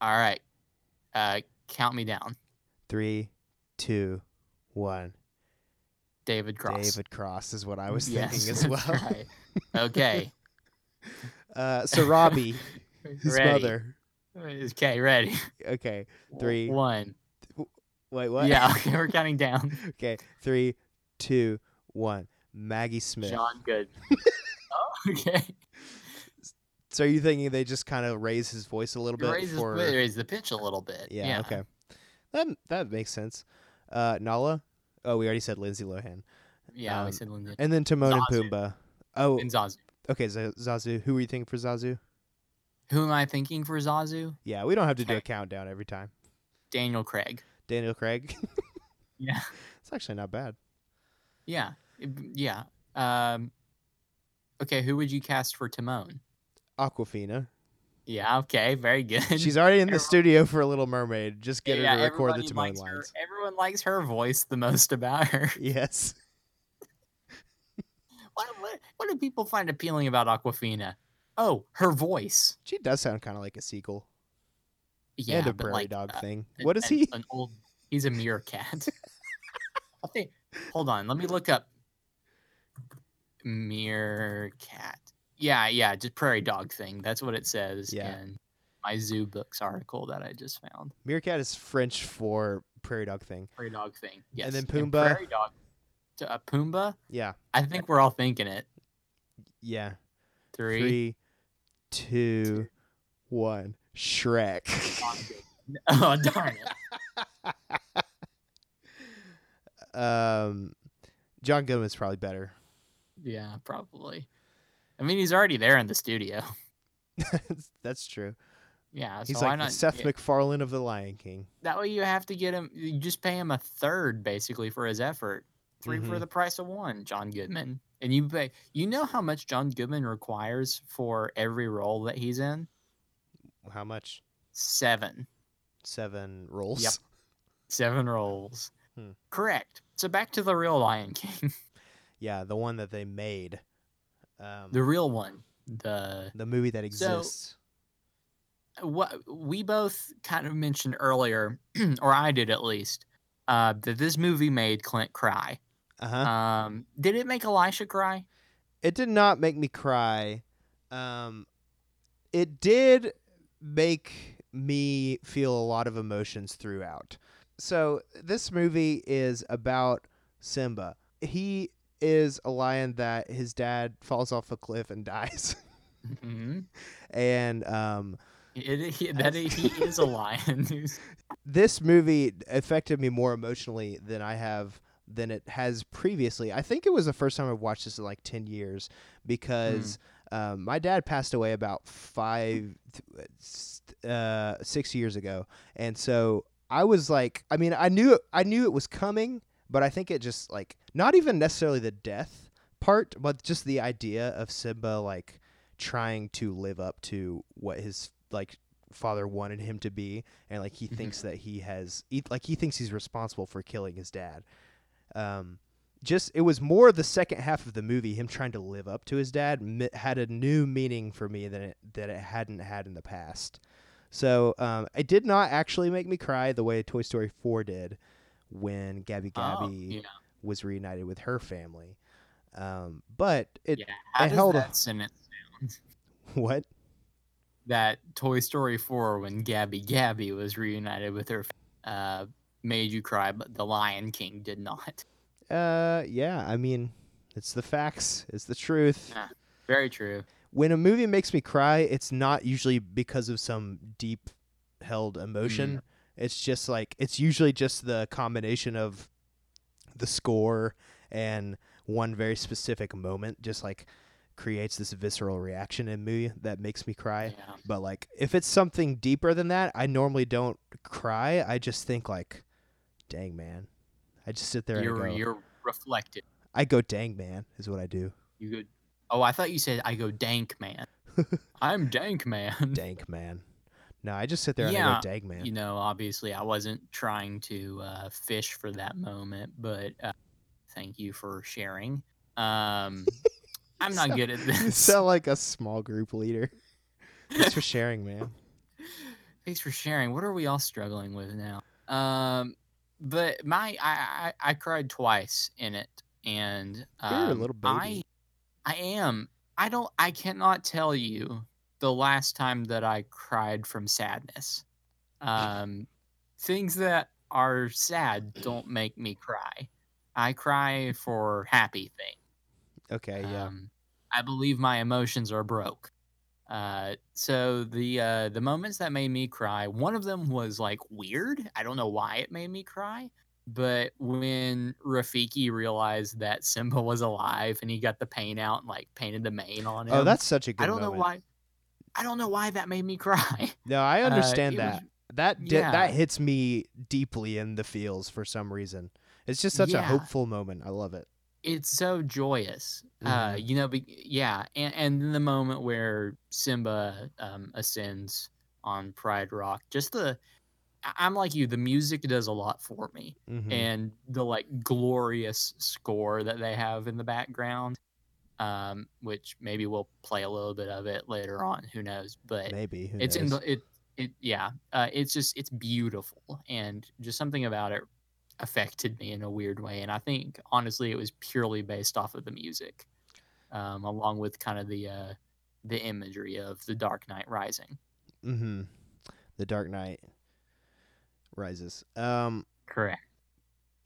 All right. Uh, count me down.
Three, two, one.
David Cross.
David Cross is what I was
Yes,
thinking as
<laughs> that's
well.
right. Okay.
<laughs> Uh, <laughs> so
<laughs>
Robbie, his
ready.
mother.
Okay, ready.
Okay, Three.
One.
wait, what?
Yeah, okay, we're counting down.
<laughs> Okay, three, two, one. Maggie Smith.
John
<laughs>
Good. <laughs> oh, okay.
So are you thinking they just kind of raise his voice a little bit
Raise,
for?
his, raise the pitch a little bit.
Yeah, Okay. That that makes sense. Uh, Nala. Oh, we already said Lindsay Lohan,
Yeah,
Um,
we said Lindsay.
and then Timon
Zazu.
and Pumbaa. Oh,
And Zazu.
okay. Z- Zazu. Who were you thinking for Zazu?
Who am I thinking for Zazu?
Yeah, we don't have to do a
Okay.
countdown every time.
Daniel Craig.
Daniel Craig. <laughs>
Yeah.
it's actually not bad.
Yeah. it- Yeah. Um, okay, who would you cast for Timon? <laughs>
Aquafina.
Yeah, okay, very good. <laughs>
She's already in the
Everyone-
studio for a Little Mermaid. Just get
Yeah,
her to record the
everybody
Timon
likes her-
lines. <laughs>
everyone likes her voice the most about her. <laughs>
Yes.
What, what, what do people find appealing about Aquafina? Oh, her voice.
She does sound kind of like a sequel
Yeah,
and a
but
prairie
like,
dog
uh,
thing.
an-
What is
an-
he?
An old. He's a
<laughs>
meerkat. I think. Hold on. Let me look up. Meerkat. Yeah, yeah. Just prairie dog thing. That's what it says
Yeah.
in my zoo books article that I just found.
<laughs> Meerkat is French for prairie dog thing.
Prairie dog thing. Yes.
then Pumbaa.
prairie dog. To, uh, Pumbaa.
Yeah.
I think we're all thinking it.
Yeah.
Three.
Three, two, one. Shrek. <laughs>
dog thing. <laughs> Oh darn it!
um, John Goodman's probably better. <laughs>
Yeah, probably. I mean, he's already there in the studio.
That's true.
Yeah,
He's
so why
like the
not?
Seth
yeah.
MacFarlane of The Lion King.
That way you have to get him. You just pay him a third basically for his effort, 3 for
Mhm.
the price of one. John Goodman, and you pay. You know how much John Goodman requires for every role that he's in?
How much?
Seven,
Seven rolls.
Yep. seven roles.
Hmm.
Correct. So back to the real Lion King, <laughs>
Yeah, the one that they made. Um,
the
the,
real one. The
movie that exists.
what we both kind of mentioned earlier, <clears throat> or I did at least, uh, that this movie made Clint cry.
Uh huh.
Um, did it make Elisha cry?
It did not make me cry. Um, it did make me feel a lot of emotions throughout. So, this movie is about Simba. He is a lion that his dad falls off a cliff and <laughs> dies.
Mhm.
and um,
It- he- that he
<laughs>
he is a lion. He's-
this movie affected me more emotionally than I have than it has previously. I think it was the first time I've watched this in like 10 years because um, my dad passed away about five, th- s- uh, six years ago. And so I was like, I mean, I knew, I knew it was coming, but I think it just like, not even necessarily the death part, but just the idea of Simba, like trying to live up to what his like father wanted him to be. And like, he
Mhm.
thinks that he has, he, like, he thinks he's responsible for killing his dad. Um, just it was more the second half of the movie him trying to live up to his dad mi- had a new meaning for me than it that it hadn't had in the past so um, it did not actually make me cry the way toy story 4 did when gabby
Oh,
gabby
yeah.
was reunited with her family um, but it
yeah. How
it
does
held a-
that sentence
<laughs> what
that Toy Story 4 when Gabby Gabby was reunited with her uh, made you cry, but The Lion King did not. <laughs>
uh yeah i mean it's the facts it's the truth
Yeah. Very true.
when a movie makes me cry, it's not usually because of some deep held emotion.
Mm-hmm.
It's just like it's usually just the combination of the score and one very specific moment just like creates this visceral reaction in me that makes me cry.
yeah.
But like if it's something deeper than that, I normally don't cry. I just think like dang man. I just sit there
You're
and I go,
you're reflective.
I go dang man is what
<laughs>
I do.
You go Oh, I thought you said I go dank
<laughs>
man. I'm dank man.
Dank man. No, I just sit there and
Yeah,
I go dang man. <laughs>
You know, obviously I wasn't trying to uh, fish for that moment, but uh, thank you for sharing.
<laughs>
Um I'm not
So-
good at
You
this.
sound like a small group leader. Thanks for sharing, man.
Thanks for sharing. What are we all struggling with now? Um, but my I, I I cried twice in it, and
You're a
um,
little
I
baby.
I am. I don't. I cannot tell you the last time that I cried from sadness. Um, things that are sad don't make me cry. I cry for happy things.
Okay, yeah.
Um, I believe my emotions are broke. Uh, so the uh, the moments that made me cry, one of them was like weird. I don't know why it made me cry, but when Rafiki realized that Simba was alive and he got the paint out and like painted the mane on him,
oh, that's such a
um,
good
I don't
moment.
know why. I don't know why that made me <laughs> cry.
No, I
Uh,
understand
it was-
that. that di-
yeah.
that hits me deeply in the feels for some reason. It's just such a
Yeah.
hopeful moment. I love it.
it's so joyous uh
Mhm.
you know be, yeah and and then the moment where simba um ascends on pride rock just the I- i'm like you the music does a lot for me
Mhm.
and the like glorious score that they have in the background um which maybe we'll play a little bit of it later on who knows but
Maybe who
it's in
knows?
the it it yeah uh, it's just it's beautiful and just something about it affected me in a weird way and i think honestly it was purely based off of the music um, along with kind of the uh, the imagery of the dark knight rising
mm-hmm. the Dark Knight rises. Um,
correct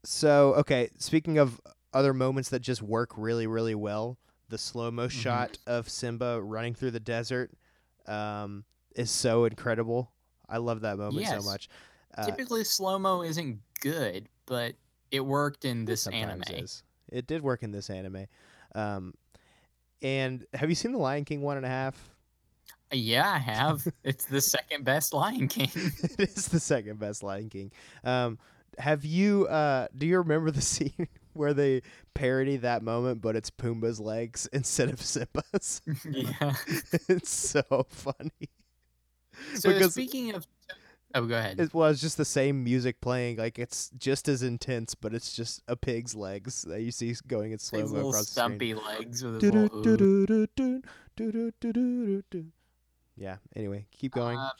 so okay speaking of other moments that just work really really well the slow mo
Mm-hmm.
shot of simba running through the desert um, is so incredible i love that moment
Yes.
so much uh,
typically slow-mo isn't good but it worked in
it
this anime
sometimes is. it did work in this anime um, and have you seen the lion king one and a half
yeah
<laughs>
i have it's the second best lion king
it is the second best lion king um, have you uh, do you remember the scene where they parody that moment but it's pumbaa's legs instead of simba's
yeah
it's so funny.
so
Because-
speaking of oh go ahead
It was just the same music playing, like it's just as intense, but it's just a pig's legs that you see going in slow
his
mo
little
across the screen.
stumpy legs with his little ooze.
Do-do-do-do-do, do-do-do-do-do-do. Yeah. Anyway, keep going.
Uh,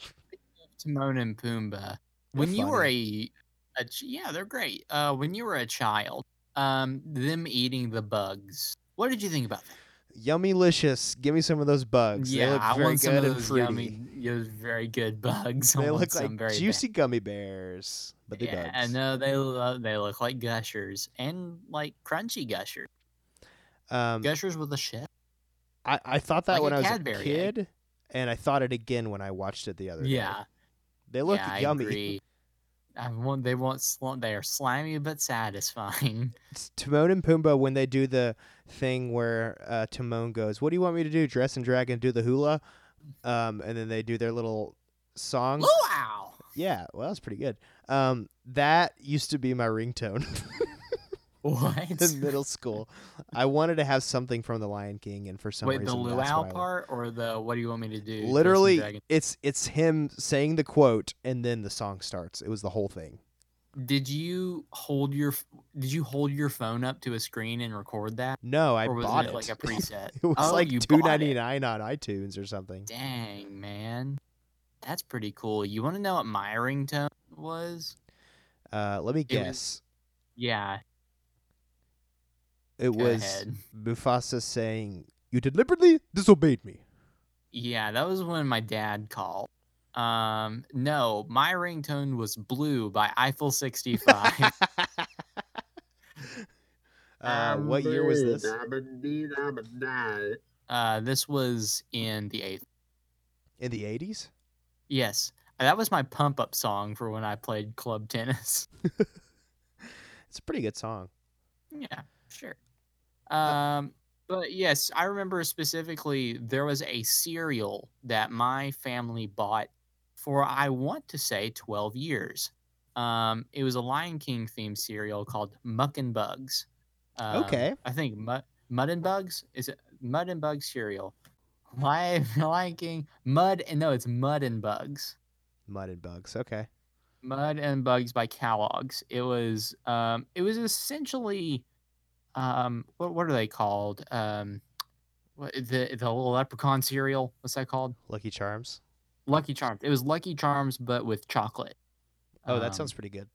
Timon and Pumbaa. When you were a, a ch- yeah, they're great. Uh, when you were a child, um, them eating the bugs. What did you think about that?
Yummy licious. Give me some of those bugs. they
yeah,
look
I
very
want
good
some of
and
those
fruity.
yummy, those very good <laughs> bugs. I
They
want
look
some
like
very bad.
juicy gummy bears, but they're
Yeah,
bugs.
no, they lo- they look like gushers and like crunchy gushers,
Um,
gushers with a shell.
I, I thought that
like
when
a
I was a
Cadbury egg.
kid, and I thought it again when I watched it the other day.
Yeah,
they look
yeah,
yummy.
I agree. I want they want sl- they are slimy but
<laughs>
satisfying.
It's Timon and Pumbaa when they do the thing where uh, Timon goes, "What do you want me to do? Dress and drag and do the hula," um, and then they do their little song.
Luau.
Yeah, well, that's pretty good. Um, that used to be my ringtone <laughs>
<laughs>
in
What?
middle school. I wanted to have something from The Lion King, and for some
Wait, the
reason, that's
luau
what I-
part or the what do you want me to do? Dress and
Literally,
drag and-
it's it's him saying the quote, and then the song starts. It was the whole thing.
Did you hold your f- Did you hold your phone up to a screen and record that,
No, I
or was
bought
it,
<laughs> it.
like a preset?
It was
oh,
like
you bought
two
it.
ninety nine on iTunes or something.
Dang, man. That's pretty cool. You want to know what my ringtone was?
Uh, let me
It was-
guess.
Yeah.
It
go
was
ahead.
Mufasa saying, "You deliberately
<laughs>
disobeyed me." <laughs>
Yeah, that was when my dad called. Um, no, my ringtone was Blue by Eiffel
<laughs>
65. Ah,
uh, what year was this?
uh, this was in the eighth.
In the eighties?
Yes. That was my pump up song for when I played club <laughs> tennis.
It's a pretty good song.
yeah, sure. Um, but yes, I remember specifically there was a cereal that my family bought for I want to say 12 years. Um, it was a Lion King themed cereal called Muck and Bugs. Um,
Okay.
I think Mud, Mud and Bugs is it Mud and Bugs cereal. <laughs> Why Lion King Mud and no, it's Mud and Bugs.
Mud and bugs. Okay.
Mud and Bugs by Kellogg's. It was um it was essentially um what what are they called? Um what the the little leprechaun cereal, what's that called?
Lucky Charms.
Lucky Charms. It was Lucky Charms but with chocolate.
Oh, that
Um,
sounds pretty good.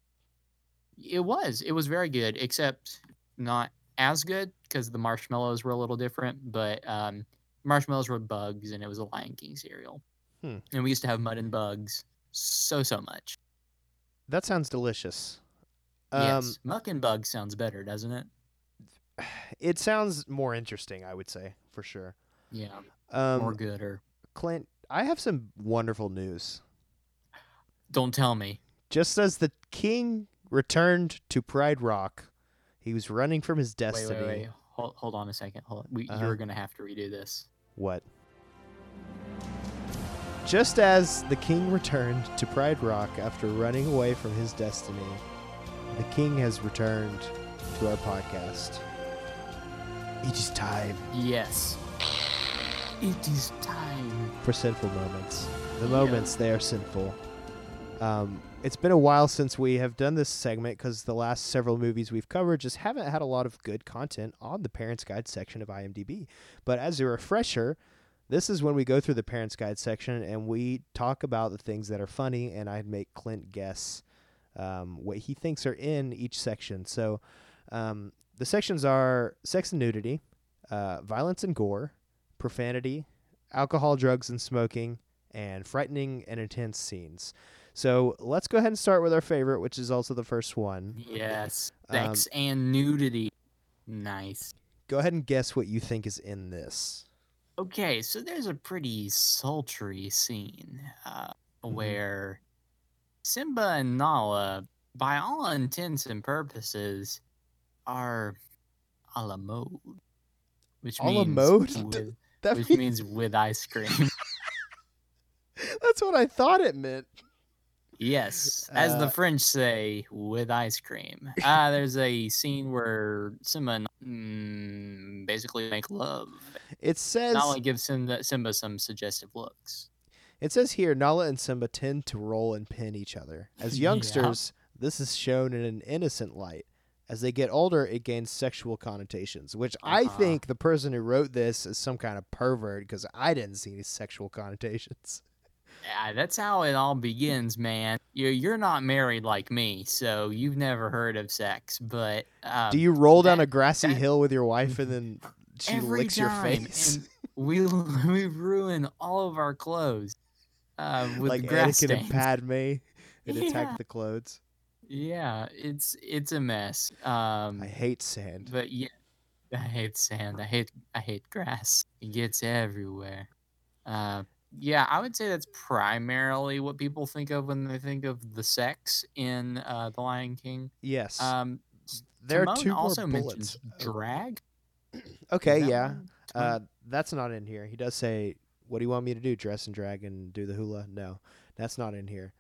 It was. It was very good, except not as good because the marshmallows were a little different, but um marshmallows were bugs and it was a Lion King cereal.
Hmm.
And we used to have mud and bugs so so much.
That sounds delicious. Um,
yes. Muck and bug sounds better, doesn't it?
It sounds more interesting, I would say, for sure.
Yeah.
Um,
or good or
Clint, I have some wonderful news.
don't tell me
Just as the king returned to Pride Rock, he was running from his
wait
destiny.
wait wait hold, hold on a second hold on. We,
Uh-huh.
you're gonna have to redo this
What? Just as the king returned to Pride Rock after running away from his destiny, the king has returned to our podcast. It is time
yes it is time
for sinful moments. The
Yeah.
moments they are sinful. Um, it's been a while since we have done this segment because the last several movies we've covered just haven't had a lot of good content on the Parents Guide section of IMDb. But as a refresher, this is when we go through the Parents Guide section and we talk about the things that are funny, and I make Clint guess um, what he thinks are in each section. So um, the sections are sex and nudity, uh, violence and gore, profanity, alcohol, drugs, and smoking, and frightening and intense scenes. So let's go ahead and start with our favorite, which is also the first one.
yes
Um,
sex and nudity nice
Go ahead and guess what you think is in this.
okay so there's a pretty sultry scene uh,
Mhm.
where simba and nala by all intents and purposes are a la mode which
A la
means
mode? <laughs>
with-
That
which means
means-
with ice cream.
that's what I thought it meant.
yes, as
Uh,
the French say, with ice
<laughs>
cream. Uh, there's a scene where Simba and, mm, basically make love.
It says
Nala gives Simba, Simba some suggestive looks.
it says here Nala and Simba tend to roll and pin each other.
<laughs>
As
Yeah.
youngsters, this is shown in an innocent light. As they get older, it gains sexual connotations, which I
Uh-huh.
think the person who wrote this is some kind of pervert because I didn't see any sexual connotations.
Yeah, Ah, that's how it all begins, man. You're, you're not married like me, so you've never heard of sex, but um,
Do you roll down
that-
a grassy
that- <laughs>
hill with your wife and then she
every
licks your
time,
face. <laughs>
and we <laughs> we ruin all of our clothes uh, with
like
grass
Anakin
stains.
and Padme and
Yeah. <laughs>
attack the clothes.
yeah, it's it's a mess. Um,
I hate sand.
but yeah, I hate sand. I hate I hate grass. It gets everywhere. Uh, yeah, I would say that's primarily what people think of when they think of the sex in uh, The Lion King.
Yes,
Um,
there are
Timon
two
also
more
mentions
bullets.
drag.
Okay,
That
yeah,
one?
uh, that's not in here. He does say, "What do you want me to do? Dress and drag and do the hula?" No, that's not in here.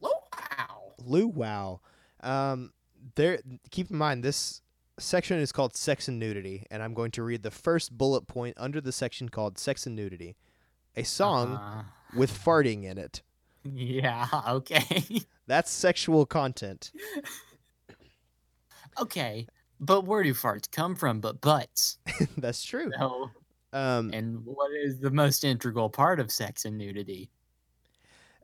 Wow.
Lou Wow. Um, there. Keep in mind this section is called sex and nudity, and I'm going to read the first bullet point under the section called sex and nudity, a song
Uh, <laughs>
with farting in it.
yeah. <laughs> Okay.
That's sexual content. <laughs>
okay. But where do farts come from? But butts.
that's true. <laughs>
So,
Um,
and what is the most integral part of sex and nudity?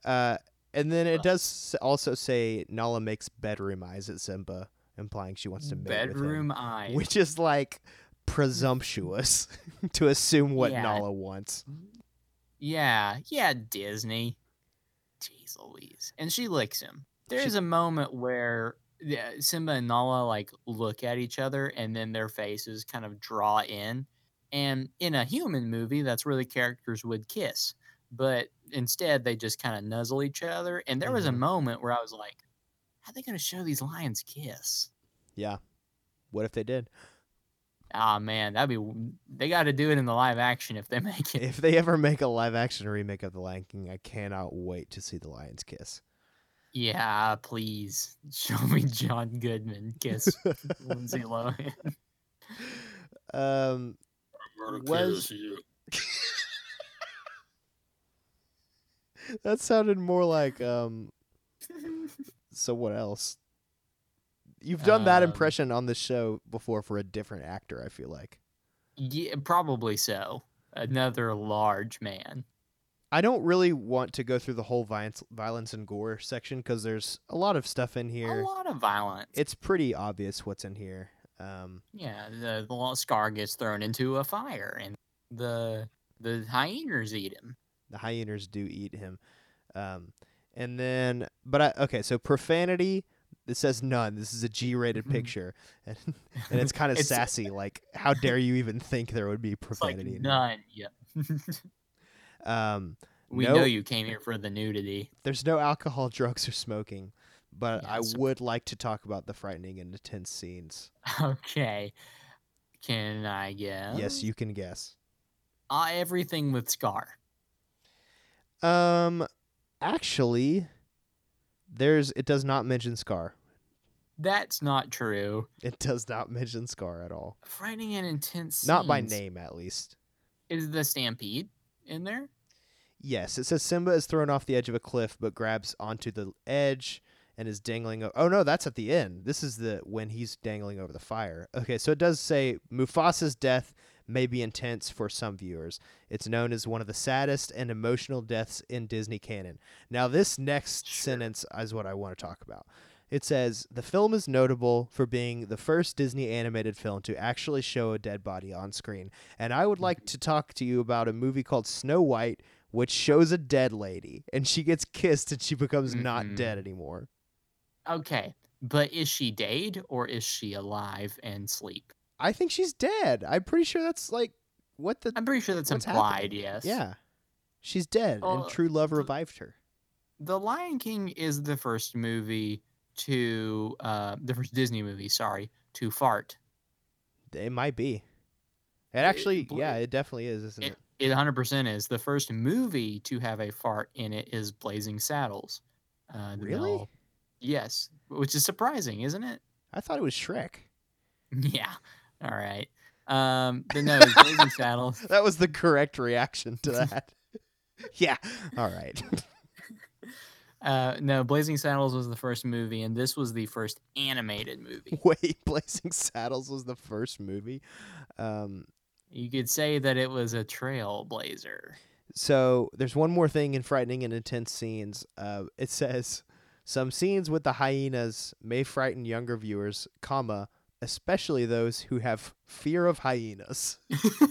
uh, and then it does s- also say Nala makes bedroom eyes at Simba, implying she wants to mate
Bedroom
with
eyes.
him, which is like presumptuous <laughs> to assume what
Yeah.
Nala wants.
Yeah, yeah, Disney. Jeez Louise. And she licks him. There's a moment where yeah, Simba and Nala like look at each other and then their faces kind of draw in. And in a human movie, that's where the characters would kiss. But instead, they just kind of nuzzle each other. And there was a
Mhm.
moment where I was like, how are they going to show these lions kiss?
Yeah. What if they did?
Ah, man, that'd be. w- They got to do it in the live action if they <laughs> make it.
If they ever make a live action remake of The Lion King, I cannot wait to see the lions kiss.
Yeah, please <laughs> show me John Goodman kiss
<laughs>
Lindsay Lohan.
Um, was- that sounded more like um, someone else. You've done that
Um,
impression on the show before for a different actor, I feel like.
yeah, probably so. Another large man.
I don't really want to go through the whole violence, violence and gore section because there's a lot of stuff in
A
here.
lot of violence.
It's pretty obvious what's in here. Um,
yeah, the, the little scar gets thrown into a fire, and the the hyenas eat him.
the hyenas do eat him. Um, and then, but I, okay, so profanity. It says none. This is a G-rated
Mhm.
picture, <laughs> and, and it's kind of
<laughs> It's-
sassy. Like, how dare you even think there would
<laughs>
be
It's like
profanity? in here.
none. Yep.
Um,
<laughs> we
No.
know you came here for the nudity. <laughs>
there's no alcohol, <laughs> drugs, or smoking, but
Yeah,
I
so-
would like to talk about the frightening and intense scenes.
Okay. Can I guess?
Yes, you can guess.
Uh, everything with scar.
Um, actually, there's it does not mention Scar.
That's not true.
It does not <laughs> mention Scar at all.
Frightening and intense.
Not by
scenes.
name, at least.
Is the stampede in there?
Yes, it says Simba is thrown off the edge of a cliff, but grabs onto the edge and is dangling. O- oh no, that's at the end. This is the when he's dangling over the fire. Okay, so it does say Mufasa's death may be intense for some viewers. It's known as one of the saddest and emotional deaths in Disney canon. Now, this next sentence is what I want to talk about. It says the film is notable for being the first Disney animated film to actually show a dead body on screen. And I would like to talk to you about a movie called Snow White which shows a dead lady and she gets kissed and she becomes not
Mm-mm.
dead anymore.
Okay, but is she dead or is she alive and sleep?
I think she's dead. I'm pretty sure that's like what the
I'm pretty sure that's
What's
implied.
happening?
Yes.
Yeah. She's dead
Well,
and true love
th-
revived her.
The Lion King is the first movie to uh, the first Disney movie. Sorry, to fart.
It might be. It
it-
actually
bl-
yeah, it definitely is,
<laughs>
isn't it?
It, it 100% is the first movie to have a fart in it is Blazing Saddles. Uh, the
Really?
Mel- Yes, which is surprising, isn't it? <laughs>
I thought it was Shrek.
Yeah. All right. Um, but no, it's
<laughs>
Blazing Saddles.
That was the correct reaction to that. <laughs> yeah. All right. <laughs>
Uh, no, Blazing Saddles was the first movie, and this was the first animated <laughs> movie.
Wait, Blazing Saddles was the first movie. Um
You could say that it was a trailblazer.
So there's one more thing in frightening and intense scenes. Uh, <laughs> it says some scenes with the hyenas may frighten younger viewers, comma especially those who have fear of hyenas. <laughs>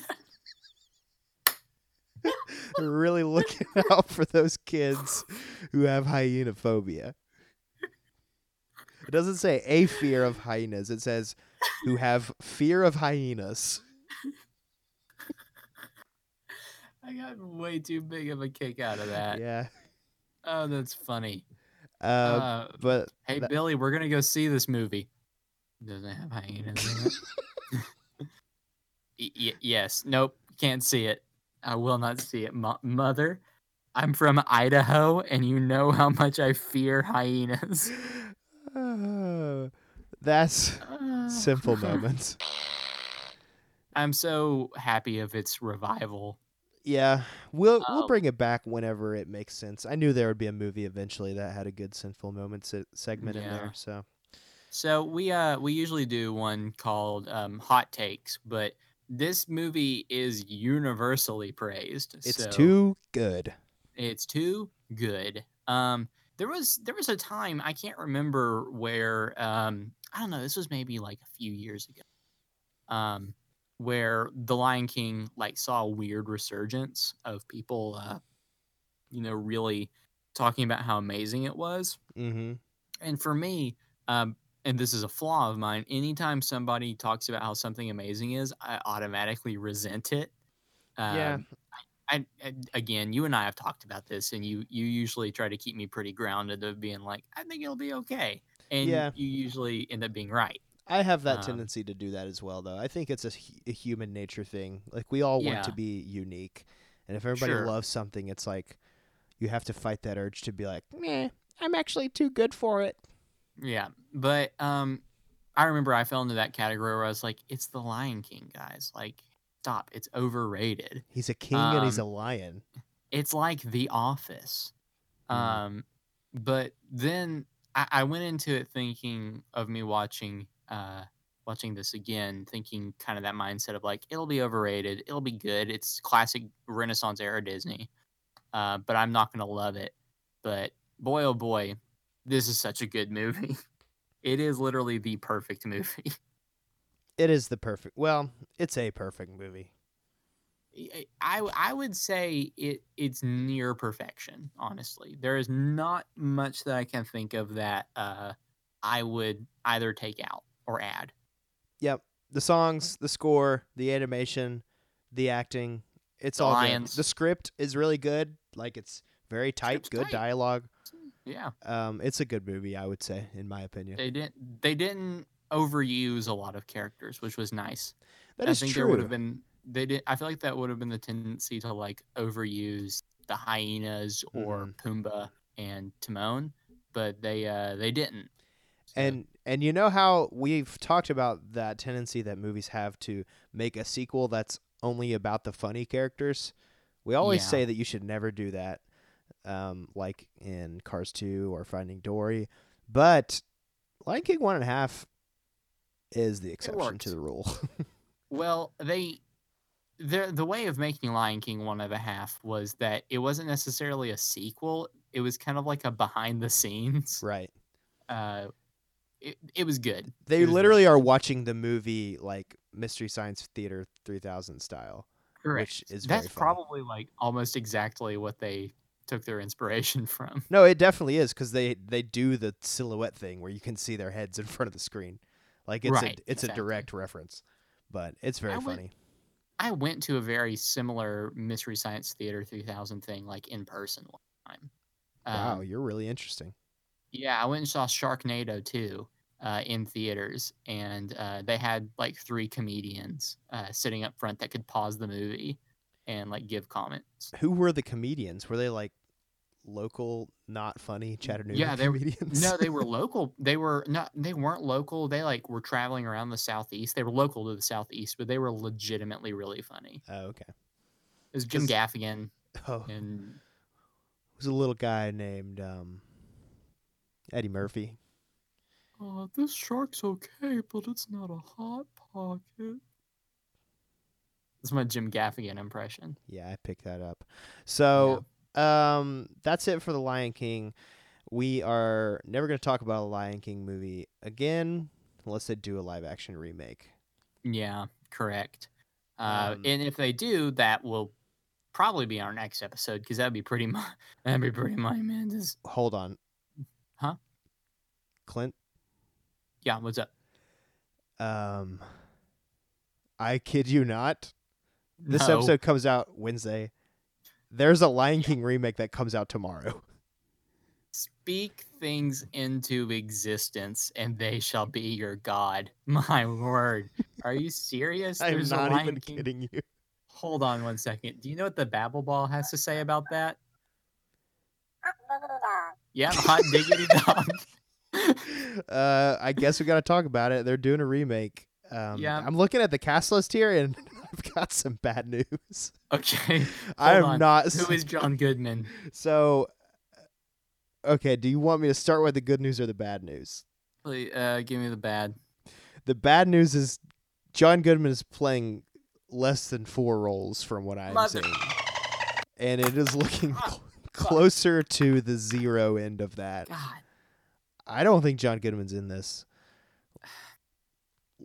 They're really looking <laughs> out for those kids who have hyena phobia. It doesn't say a fear of hyenas, it says who have fear of hyenas.
I got way too big of a kick out of that.
Yeah.
Oh, that's funny.
Uh,
Uh,
but
hey,
that-
Billy, we're gonna go see this movie. Doesn't have hyenas in it.
<laughs>
<laughs> Y- y- yes. Nope. Can't see it. I will not see it, Mo- Mother. I'm from Idaho, and you know how much I fear hyenas.
uh, <laughs> that's
Uh, <laughs>
simple moments.
I'm so happy of its revival.
Yeah, we'll we'll
Um,
bring it back whenever it makes sense. I knew there would be a movie eventually that had a good sinful moment se- segment in
Yeah.
there. So
So we uh we usually do one called um, hot takes, but this movie is universally praised.
it's
so
too good.
It's too good. Um, there was there was a time I can't remember where. Um, I don't know. This was maybe like a few years ago. Um, where The Lion King like saw a weird resurgence of people, uh, you know, really talking about how amazing it was.
hmm
And for me, um, and this is a flaw of mine, anytime somebody talks about how something amazing is, I automatically resent it. Um,
Yeah.
I, I again, you and I have talked about this, and you you usually try to keep me pretty grounded of being like, I think it'll be okay, and
Yeah.
you usually end up being right.
I have that
Um,
tendency to do that as well, though. I think it's a, hu- a human nature thing. Like we all want to
Yeah.
be unique, and if everybody
Sure.
loves something, it's like you have to fight that urge to be like, "Meh, I'm actually too good for it."
Yeah, but um, I remember I fell into that category where I was like, it's the Lion King, guys. Like, stop, it's overrated.
He's a king and he's a
Um,
lion.
it's like the office
Mhm.
um but then I, I went into it thinking of me watching uh watching this again thinking kind of that mindset of like it'll be overrated it'll be good it's classic renaissance era disney uh but i'm not gonna love it but boy oh boy this is such a good movie <laughs> it is literally the perfect movie
It is the perfect. Well, it's a perfect movie.
I I- I would say it it's near perfection. Honestly, there is not much that I can think of that uh, I would either take out or add.
Yep. The songs, the score, the animation, the acting, it's
The
all
lions.
good. The script is really good. Like it's very tight,
Script's
good
tight.
dialogue.
Yeah,
Um, it's a good movie, I would say, in my opinion.
they didn't they didn't overuse a lot of characters, which was nice.
that
I
is
think
true.
there would have been they did. I feel like that would have been the tendency to like overuse the hyenas or
Mm.
Pumbaa and Timon, but they uh, they didn't. So-
and and you know how we've talked about that tendency that movies have to make a sequel that's only about the funny characters. We always
Yeah.
say that you should never do that, um, like in Cars Two or Finding Dory, but Lion King One and a Half is the exception
worked.
to
<laughs>
the rule.
Well, they the the way of making Lion King one and a half was that it wasn't necessarily a sequel. It was kind of like a behind the scenes.
right?
Uh, it it was good.
They
It was
literally are watching the movie like Mystery Science Theater 3000 style.
Correct.
is very
That's
funny.
probably like almost exactly what they took their inspiration <laughs> from.
No, it definitely is because they they do the silhouette thing where you can see their heads in front of the screen, like it's
Right,
a it's
exactly.
a direct reference, but it's very
I would-
funny.
I went to a very similar Mystery Science Theater 3000 thing like in person one time.
wow,
Um,
you're really interesting.
Yeah, I went and saw Sharknado 2 uh, in theaters, and uh, they had like three comedians uh, sitting up front that could pause the movie and like give comments.
Who were the comedians? Were they like local, not funny Chattanooga
Yeah, they were-
comedians?
No, they were local. They were not. They weren't local. They like were traveling around the southeast. They were local to the southeast, but they were legitimately really funny.
<laughs> oh, okay.
It was Jim
Just-
Gaffigan
Oh, it
and
was a little guy named um, Eddie Murphy.
uh, this shark's okay, but it's not a hot pocket. That's my Jim Gaffigan impression.
Yeah, I picked that up. So um, that's it for the Lion King. We are never going to talk about a Lion King movie again. unless they do a live action remake.
Yeah, correct. Uh,
Um,
and if they do, that will probably be our next episode because that'd be pretty. <laughs> mu that'd be pretty monumentous.
Hold on.
Huh?
Clint,
Yeah, what's up?
um I kid you not. This
No.
episode comes out Wednesday. There's a Lion King remake that comes out tomorrow.
Speak things into existence, and they shall be your god. <laughs> My word, are you serious?
I'm
a
not
Lion
even
King-
kidding you.
Hold on one second. Do you know what the Babel Ball has to say about that? Yeah, hot diggity dog. <laughs>
Uh, I guess we got to talk about it. They're doing a remake. Um,
Yeah.
I'm looking at the cast list here, and <laughs> I've got some bad news.
Okay,
I am
on.
not.
who is John Goodman?
so, okay, do you want me to start with the good news or the bad news?
Please, uh, give me the bad.
The bad news is John Goodman is playing less than four roles from what I'm
Mother-
seeing. And it
<laughs>
is looking cl- closer to the zero end of that.
God.
I don't think John Goodman's in this.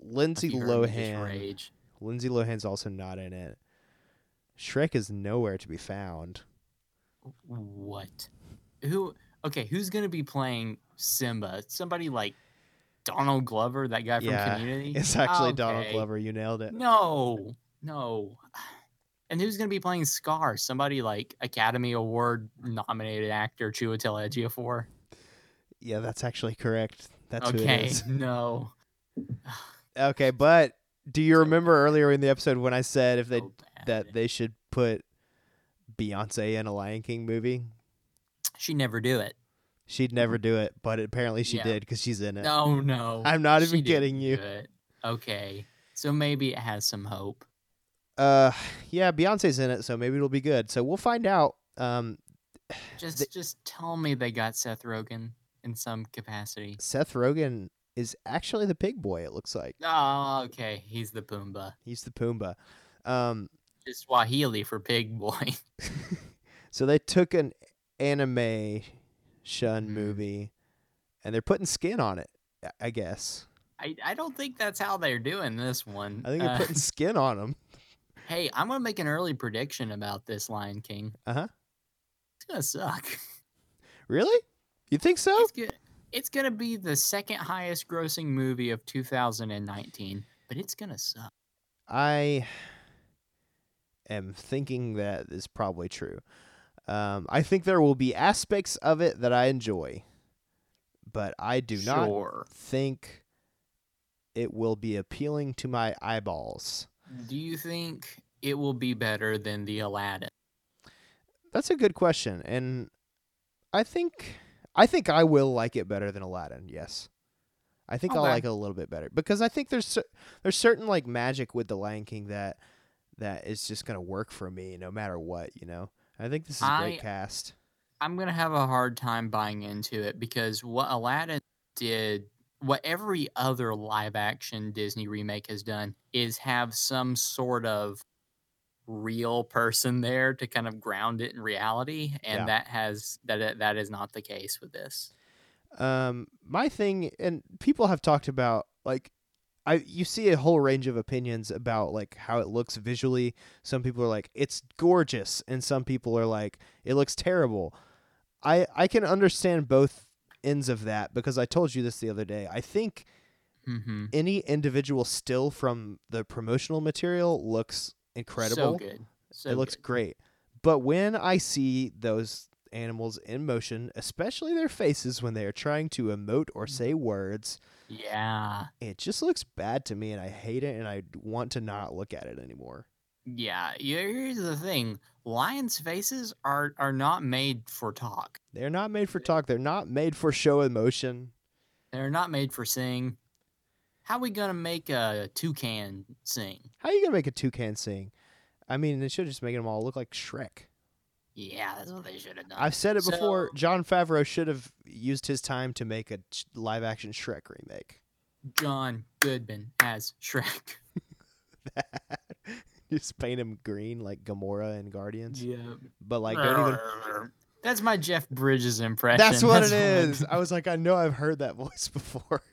Lindsay
You heard me just
Lohan.
Rage.
Lindsay Lohan's also not in it. Shrek is nowhere to
<laughs>
be found.
What? Who? Okay, who's gonna be playing Simba? Somebody like Donald Glover, that guy from
Yeah,
Community.
It's actually Donald
Okay.
Glover. You nailed it.
No, no. And who's gonna be playing Scar? Somebody like Academy Award nominated actor Chiwetel Ejiofor.
Yeah, that's actually correct. That's who it
okay,
is.
<laughs>
<laughs>
no.
Okay, but do you
So Oh,
remember earlier in the episode when I said if they
So bad.
that they should put Beyonce in a Lion King movie?
she never do it.
She'd never do it, but apparently she
Mm-hmm. Yeah.
did because she's in it.
No, no.
I'm not
she
even
didn't
kidding you.
do it. Okay, so maybe it has some hope.
Uh, yeah, Beyonce's in it, so maybe it'll be good. So we'll find out. Um,
Just
They-
just tell me they got Seth Rogen in some capacity.
Seth Rogen is actually the pig boy. It looks like
Oh, okay. He's the Pumbaa.
he's the Pumbaa. Um,
Just Swahili for pig boy. <laughs>
so they took an anime shun
Mhm.
movie, and they're putting skin on it. I- I guess.
I, I don't think that's how they're doing this one.
I think they're
Uh,
putting skin on them.
<laughs> hey, I'm gonna make an early prediction about this Lion King.
Uh-huh.
It's gonna suck. <laughs>
Really? You think so?
It's good. It's gonna be the second highest grossing movie of 2019, but it's gonna suck.
I am thinking that is probably true. Um, I think there will be aspects of it that I enjoy, but I do not
sure.
think it will be appealing to my eyeballs.
Do you think it will be better than the Aladdin?
That's a good question, and I think I think I will like it better than Aladdin. Yes, I think I'll
Okay.
like it a little bit better because I think there's cer- there's certain like magic with the Lion King that that is just gonna work for me no matter what. You know, I think this is a great
I-
cast.
I'm gonna have a hard time buying into it because what Aladdin did, what every other live action Disney remake has done, is have some sort of real person there to kind of ground it in reality, and
Yeah.
that has that that is not the case with this.
Um, my thing, and people have talked about like. I, you see a whole range of opinions about like how it looks visually. Some people are like it's gorgeous, and some people are like it looks terrible. I I can understand both ends of that because I told you this the other day. I think
Mm-hmm.
any individual still from the promotional material looks
So
incredible.
good. So
it looks
good.
great. But when I see those animals in motion, especially their faces when they are trying to emote
Mm.
or say words,
Yeah.
it just looks bad to me and I hate it and I want to not look at it anymore.
Yeah, yeah, here's the thing: lions' faces are are not made for talk.
They're not made for talk, they're not made for show emotion.
They're not made for sing. How we gonna make a toucan sing?
How are you going to make a toucan sing? I mean, they should just make them all look like Shrek.
Yeah, that's what they should have done.
I've said it before.
So-
John Favreau should have used his time to make a live action Shrek remake. <laughs>
John Goodman as Shrek. <laughs>
just paint him green like Gamora and Guardians,
Yeah.
but like don't <laughs> even.
That's my Jeff Bridges impression.
That's what it
I
is.
do.
<laughs> I was like, I know I've heard that voice before. <laughs>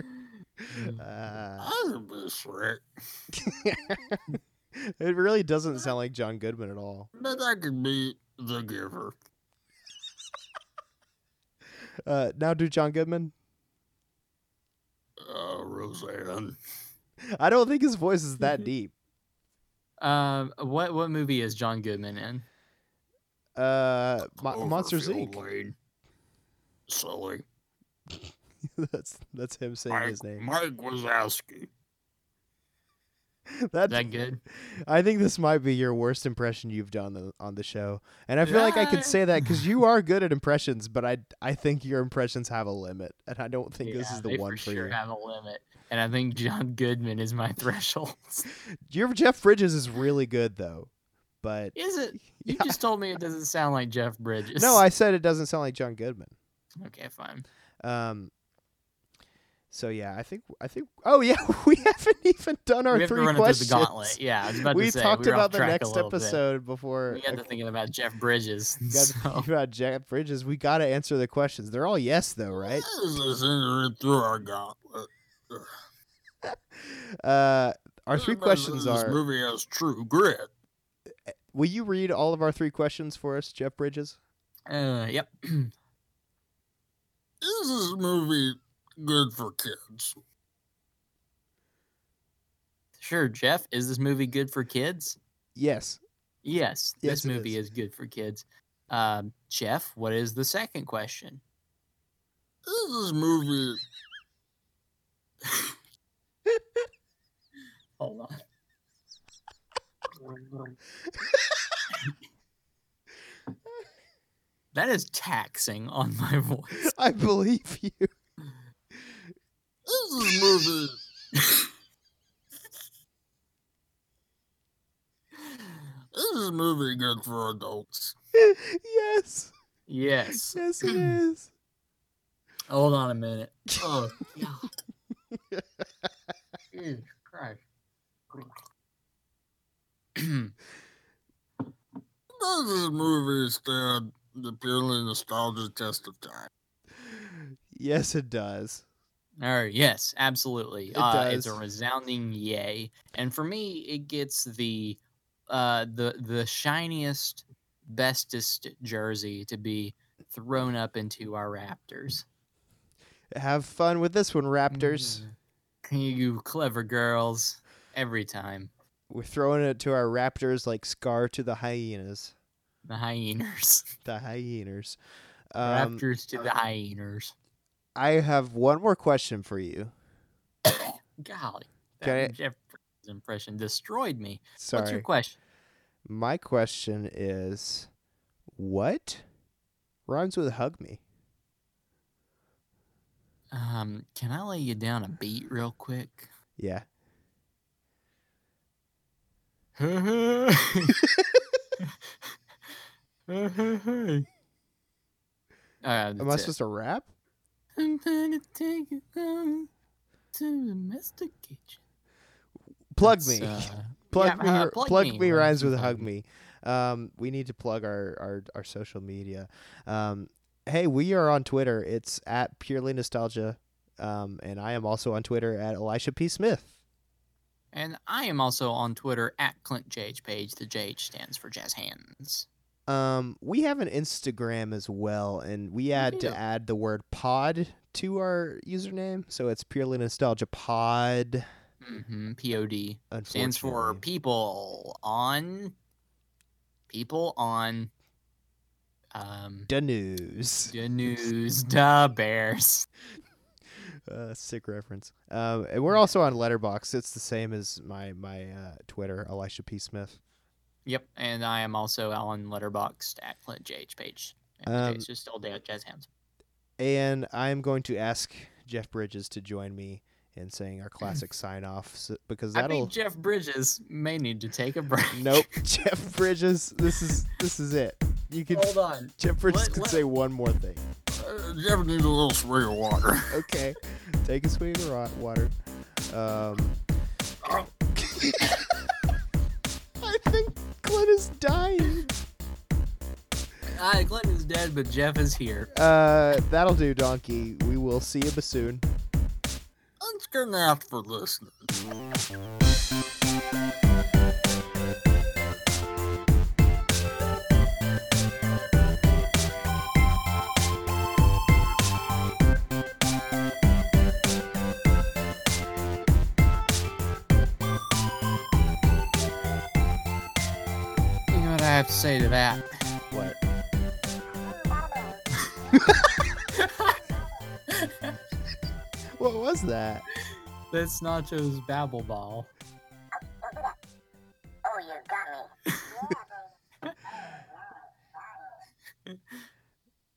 Uh,
Shrek,
it really doesn't sound like John Goodman at all.
but I could be the giver.
Uh, now do John Goodman.
Uh, Roseanne.
I don't think his voice
<laughs>
is that deep.
<laughs> Um, what what movie is John Goodman in?
Uh, Mo- Monsters
Cloverfield
Inc.
Lane. Sully.
<laughs> that's that's him saying
Mike,
his name.
Mike Wazowski.
<laughs> That,
Is that good?
I think this might be your worst impression you've done on- on the show, and I feel like I
Yeah.
could say that because you
<laughs>
are good at impressions, but I I think your impressions have a limit, and I don't think this
Yeah,
is the
they
one
for
for,
sure
you.
have a limit, and I think John Goodman is my <laughs> threshold.
Your Jeff Bridges is really good though, but
is
<laughs>
it? You
Yeah.
just told me it doesn't sound like Jeff Bridges.
no, I said it doesn't sound like John Goodman.
<laughs> Okay, fine.
Um. So yeah, I think I think oh yeah, <laughs> we haven't even done our
we have
three
to run
questions.
through the gauntlet. Yeah, I was about
we
to say
talked
we were off
about the
track a
next
little bit.
episode before
We got to thinking about Jeff Bridges. <laughs>
<laughs> got to
so-
think about Jack Bridges. We got to answer the questions. They're all yes
<laughs>
though, right?
This is entering through our gauntlet.
Uh, our three
Remember,
questions
this
are:
movie has true grit.
Will you read all of our three questions for us, Jeff Bridges?
uh, yep. <clears throat>
Is this movie good for kids?
Sure, Jeff. Is this movie good for kids? <laughs>
Yes.
Yes,
Yes,
this
it
movie
is.
is. good for kids. Um, Jeff, what is the second question?
Is this movie
Hold on. that is taxing on my voice.
I believe you. <laughs>
is this movie is this movie good for adults?
yes. <laughs>
Yes.
Yes, it is.
Hold on a minute. Oh, yeah.
<laughs>
Jesus Christ. <clears throat>
Does this movie stand the purely nostalgia test of
<laughs>
time?
Yes, it does.
All right. Yes, absolutely.
It
uh, It's a
does.
resounding yay, and for me, it gets the uh, the the shiniest, bestest jersey to be thrown up into our Raptors.
Have fun with this one, Raptors.
Mm. You clever girls, every time
We're throwing it to our Raptors like Scar to the hyenas.
the hyenas, <laughs>
The hyenas. Um,
Raptors to the hyenas.
I have one more question for you.
Golly,
can I-
that Jeff Bridges impression destroyed me. What's your
Sorry.
question?
My question is what rhymes with hug me?
Um, can I lay you down a beat real quick?
Yeah.
Uh,
hey, hey, hey. Uh,
Am I supposed to rap?
I'm gonna take you down to domesticate you.
Plug
That's,
me.
uh,
plug
yeah,
me.
uh,
plug, me. Rhymes with hug me. Um, we need to plug our, our, our social media. Um, hey, we are on Twitter. It's at purely nostalgia. Um, and I am also on Twitter at Elisha P. Smith.
And I am also on Twitter at Clint JH Page. The JH stands for Jazz Hands.
Um, we have an Instagram as well, and we had
do.
to add the word pod to our username, so it's purely nostalgia pod.
hmm POD
Unfortunately,
stands for people on people on um
the news.
the news da bears.
Uh, sick reference. Um, and we're also on Letterbox. It's the same as my my uh, Twitter, Elisha P. Smith.
Yep, and I am also on Letterboxd at Clint JH Page. And
Um,
the J's just all day at Jazz Hands.
And I'm going to ask Jeff Bridges to join me in saying
<laughs>
our classic sign off s because
I
that'll.
think Jeff Bridges may need to take a break.
<laughs> Nope, <laughs> Jeff Bridges. This is this is it. You can
Hold on.
<laughs> Jeff Bridges
Let-
can
let-
say one more thing.
Uh, you ever need a little swig of water?
okay. Take a swig of the ro- water. Um,
Oh.
<laughs> I think Clint is dying.
Uh, Clint is dead, but Jeff is here.
Uh, that'll do, Donkey. We will see you bassoon.
Let's fucking app for listening.
You know what I have to say to that?
What? what was that?
That's Nacho's babble ball.
<laughs> Oh, you got me.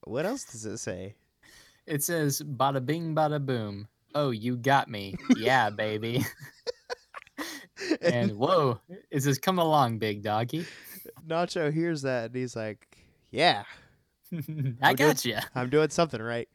What else does it say?
It says bada bing bada boom. Oh, you got me. <laughs> Yeah, baby. and whoa, it says come along, big doggy.
Nacho hears that and he's like, "Yeah,
I
good.
got you.
I'm doing something right."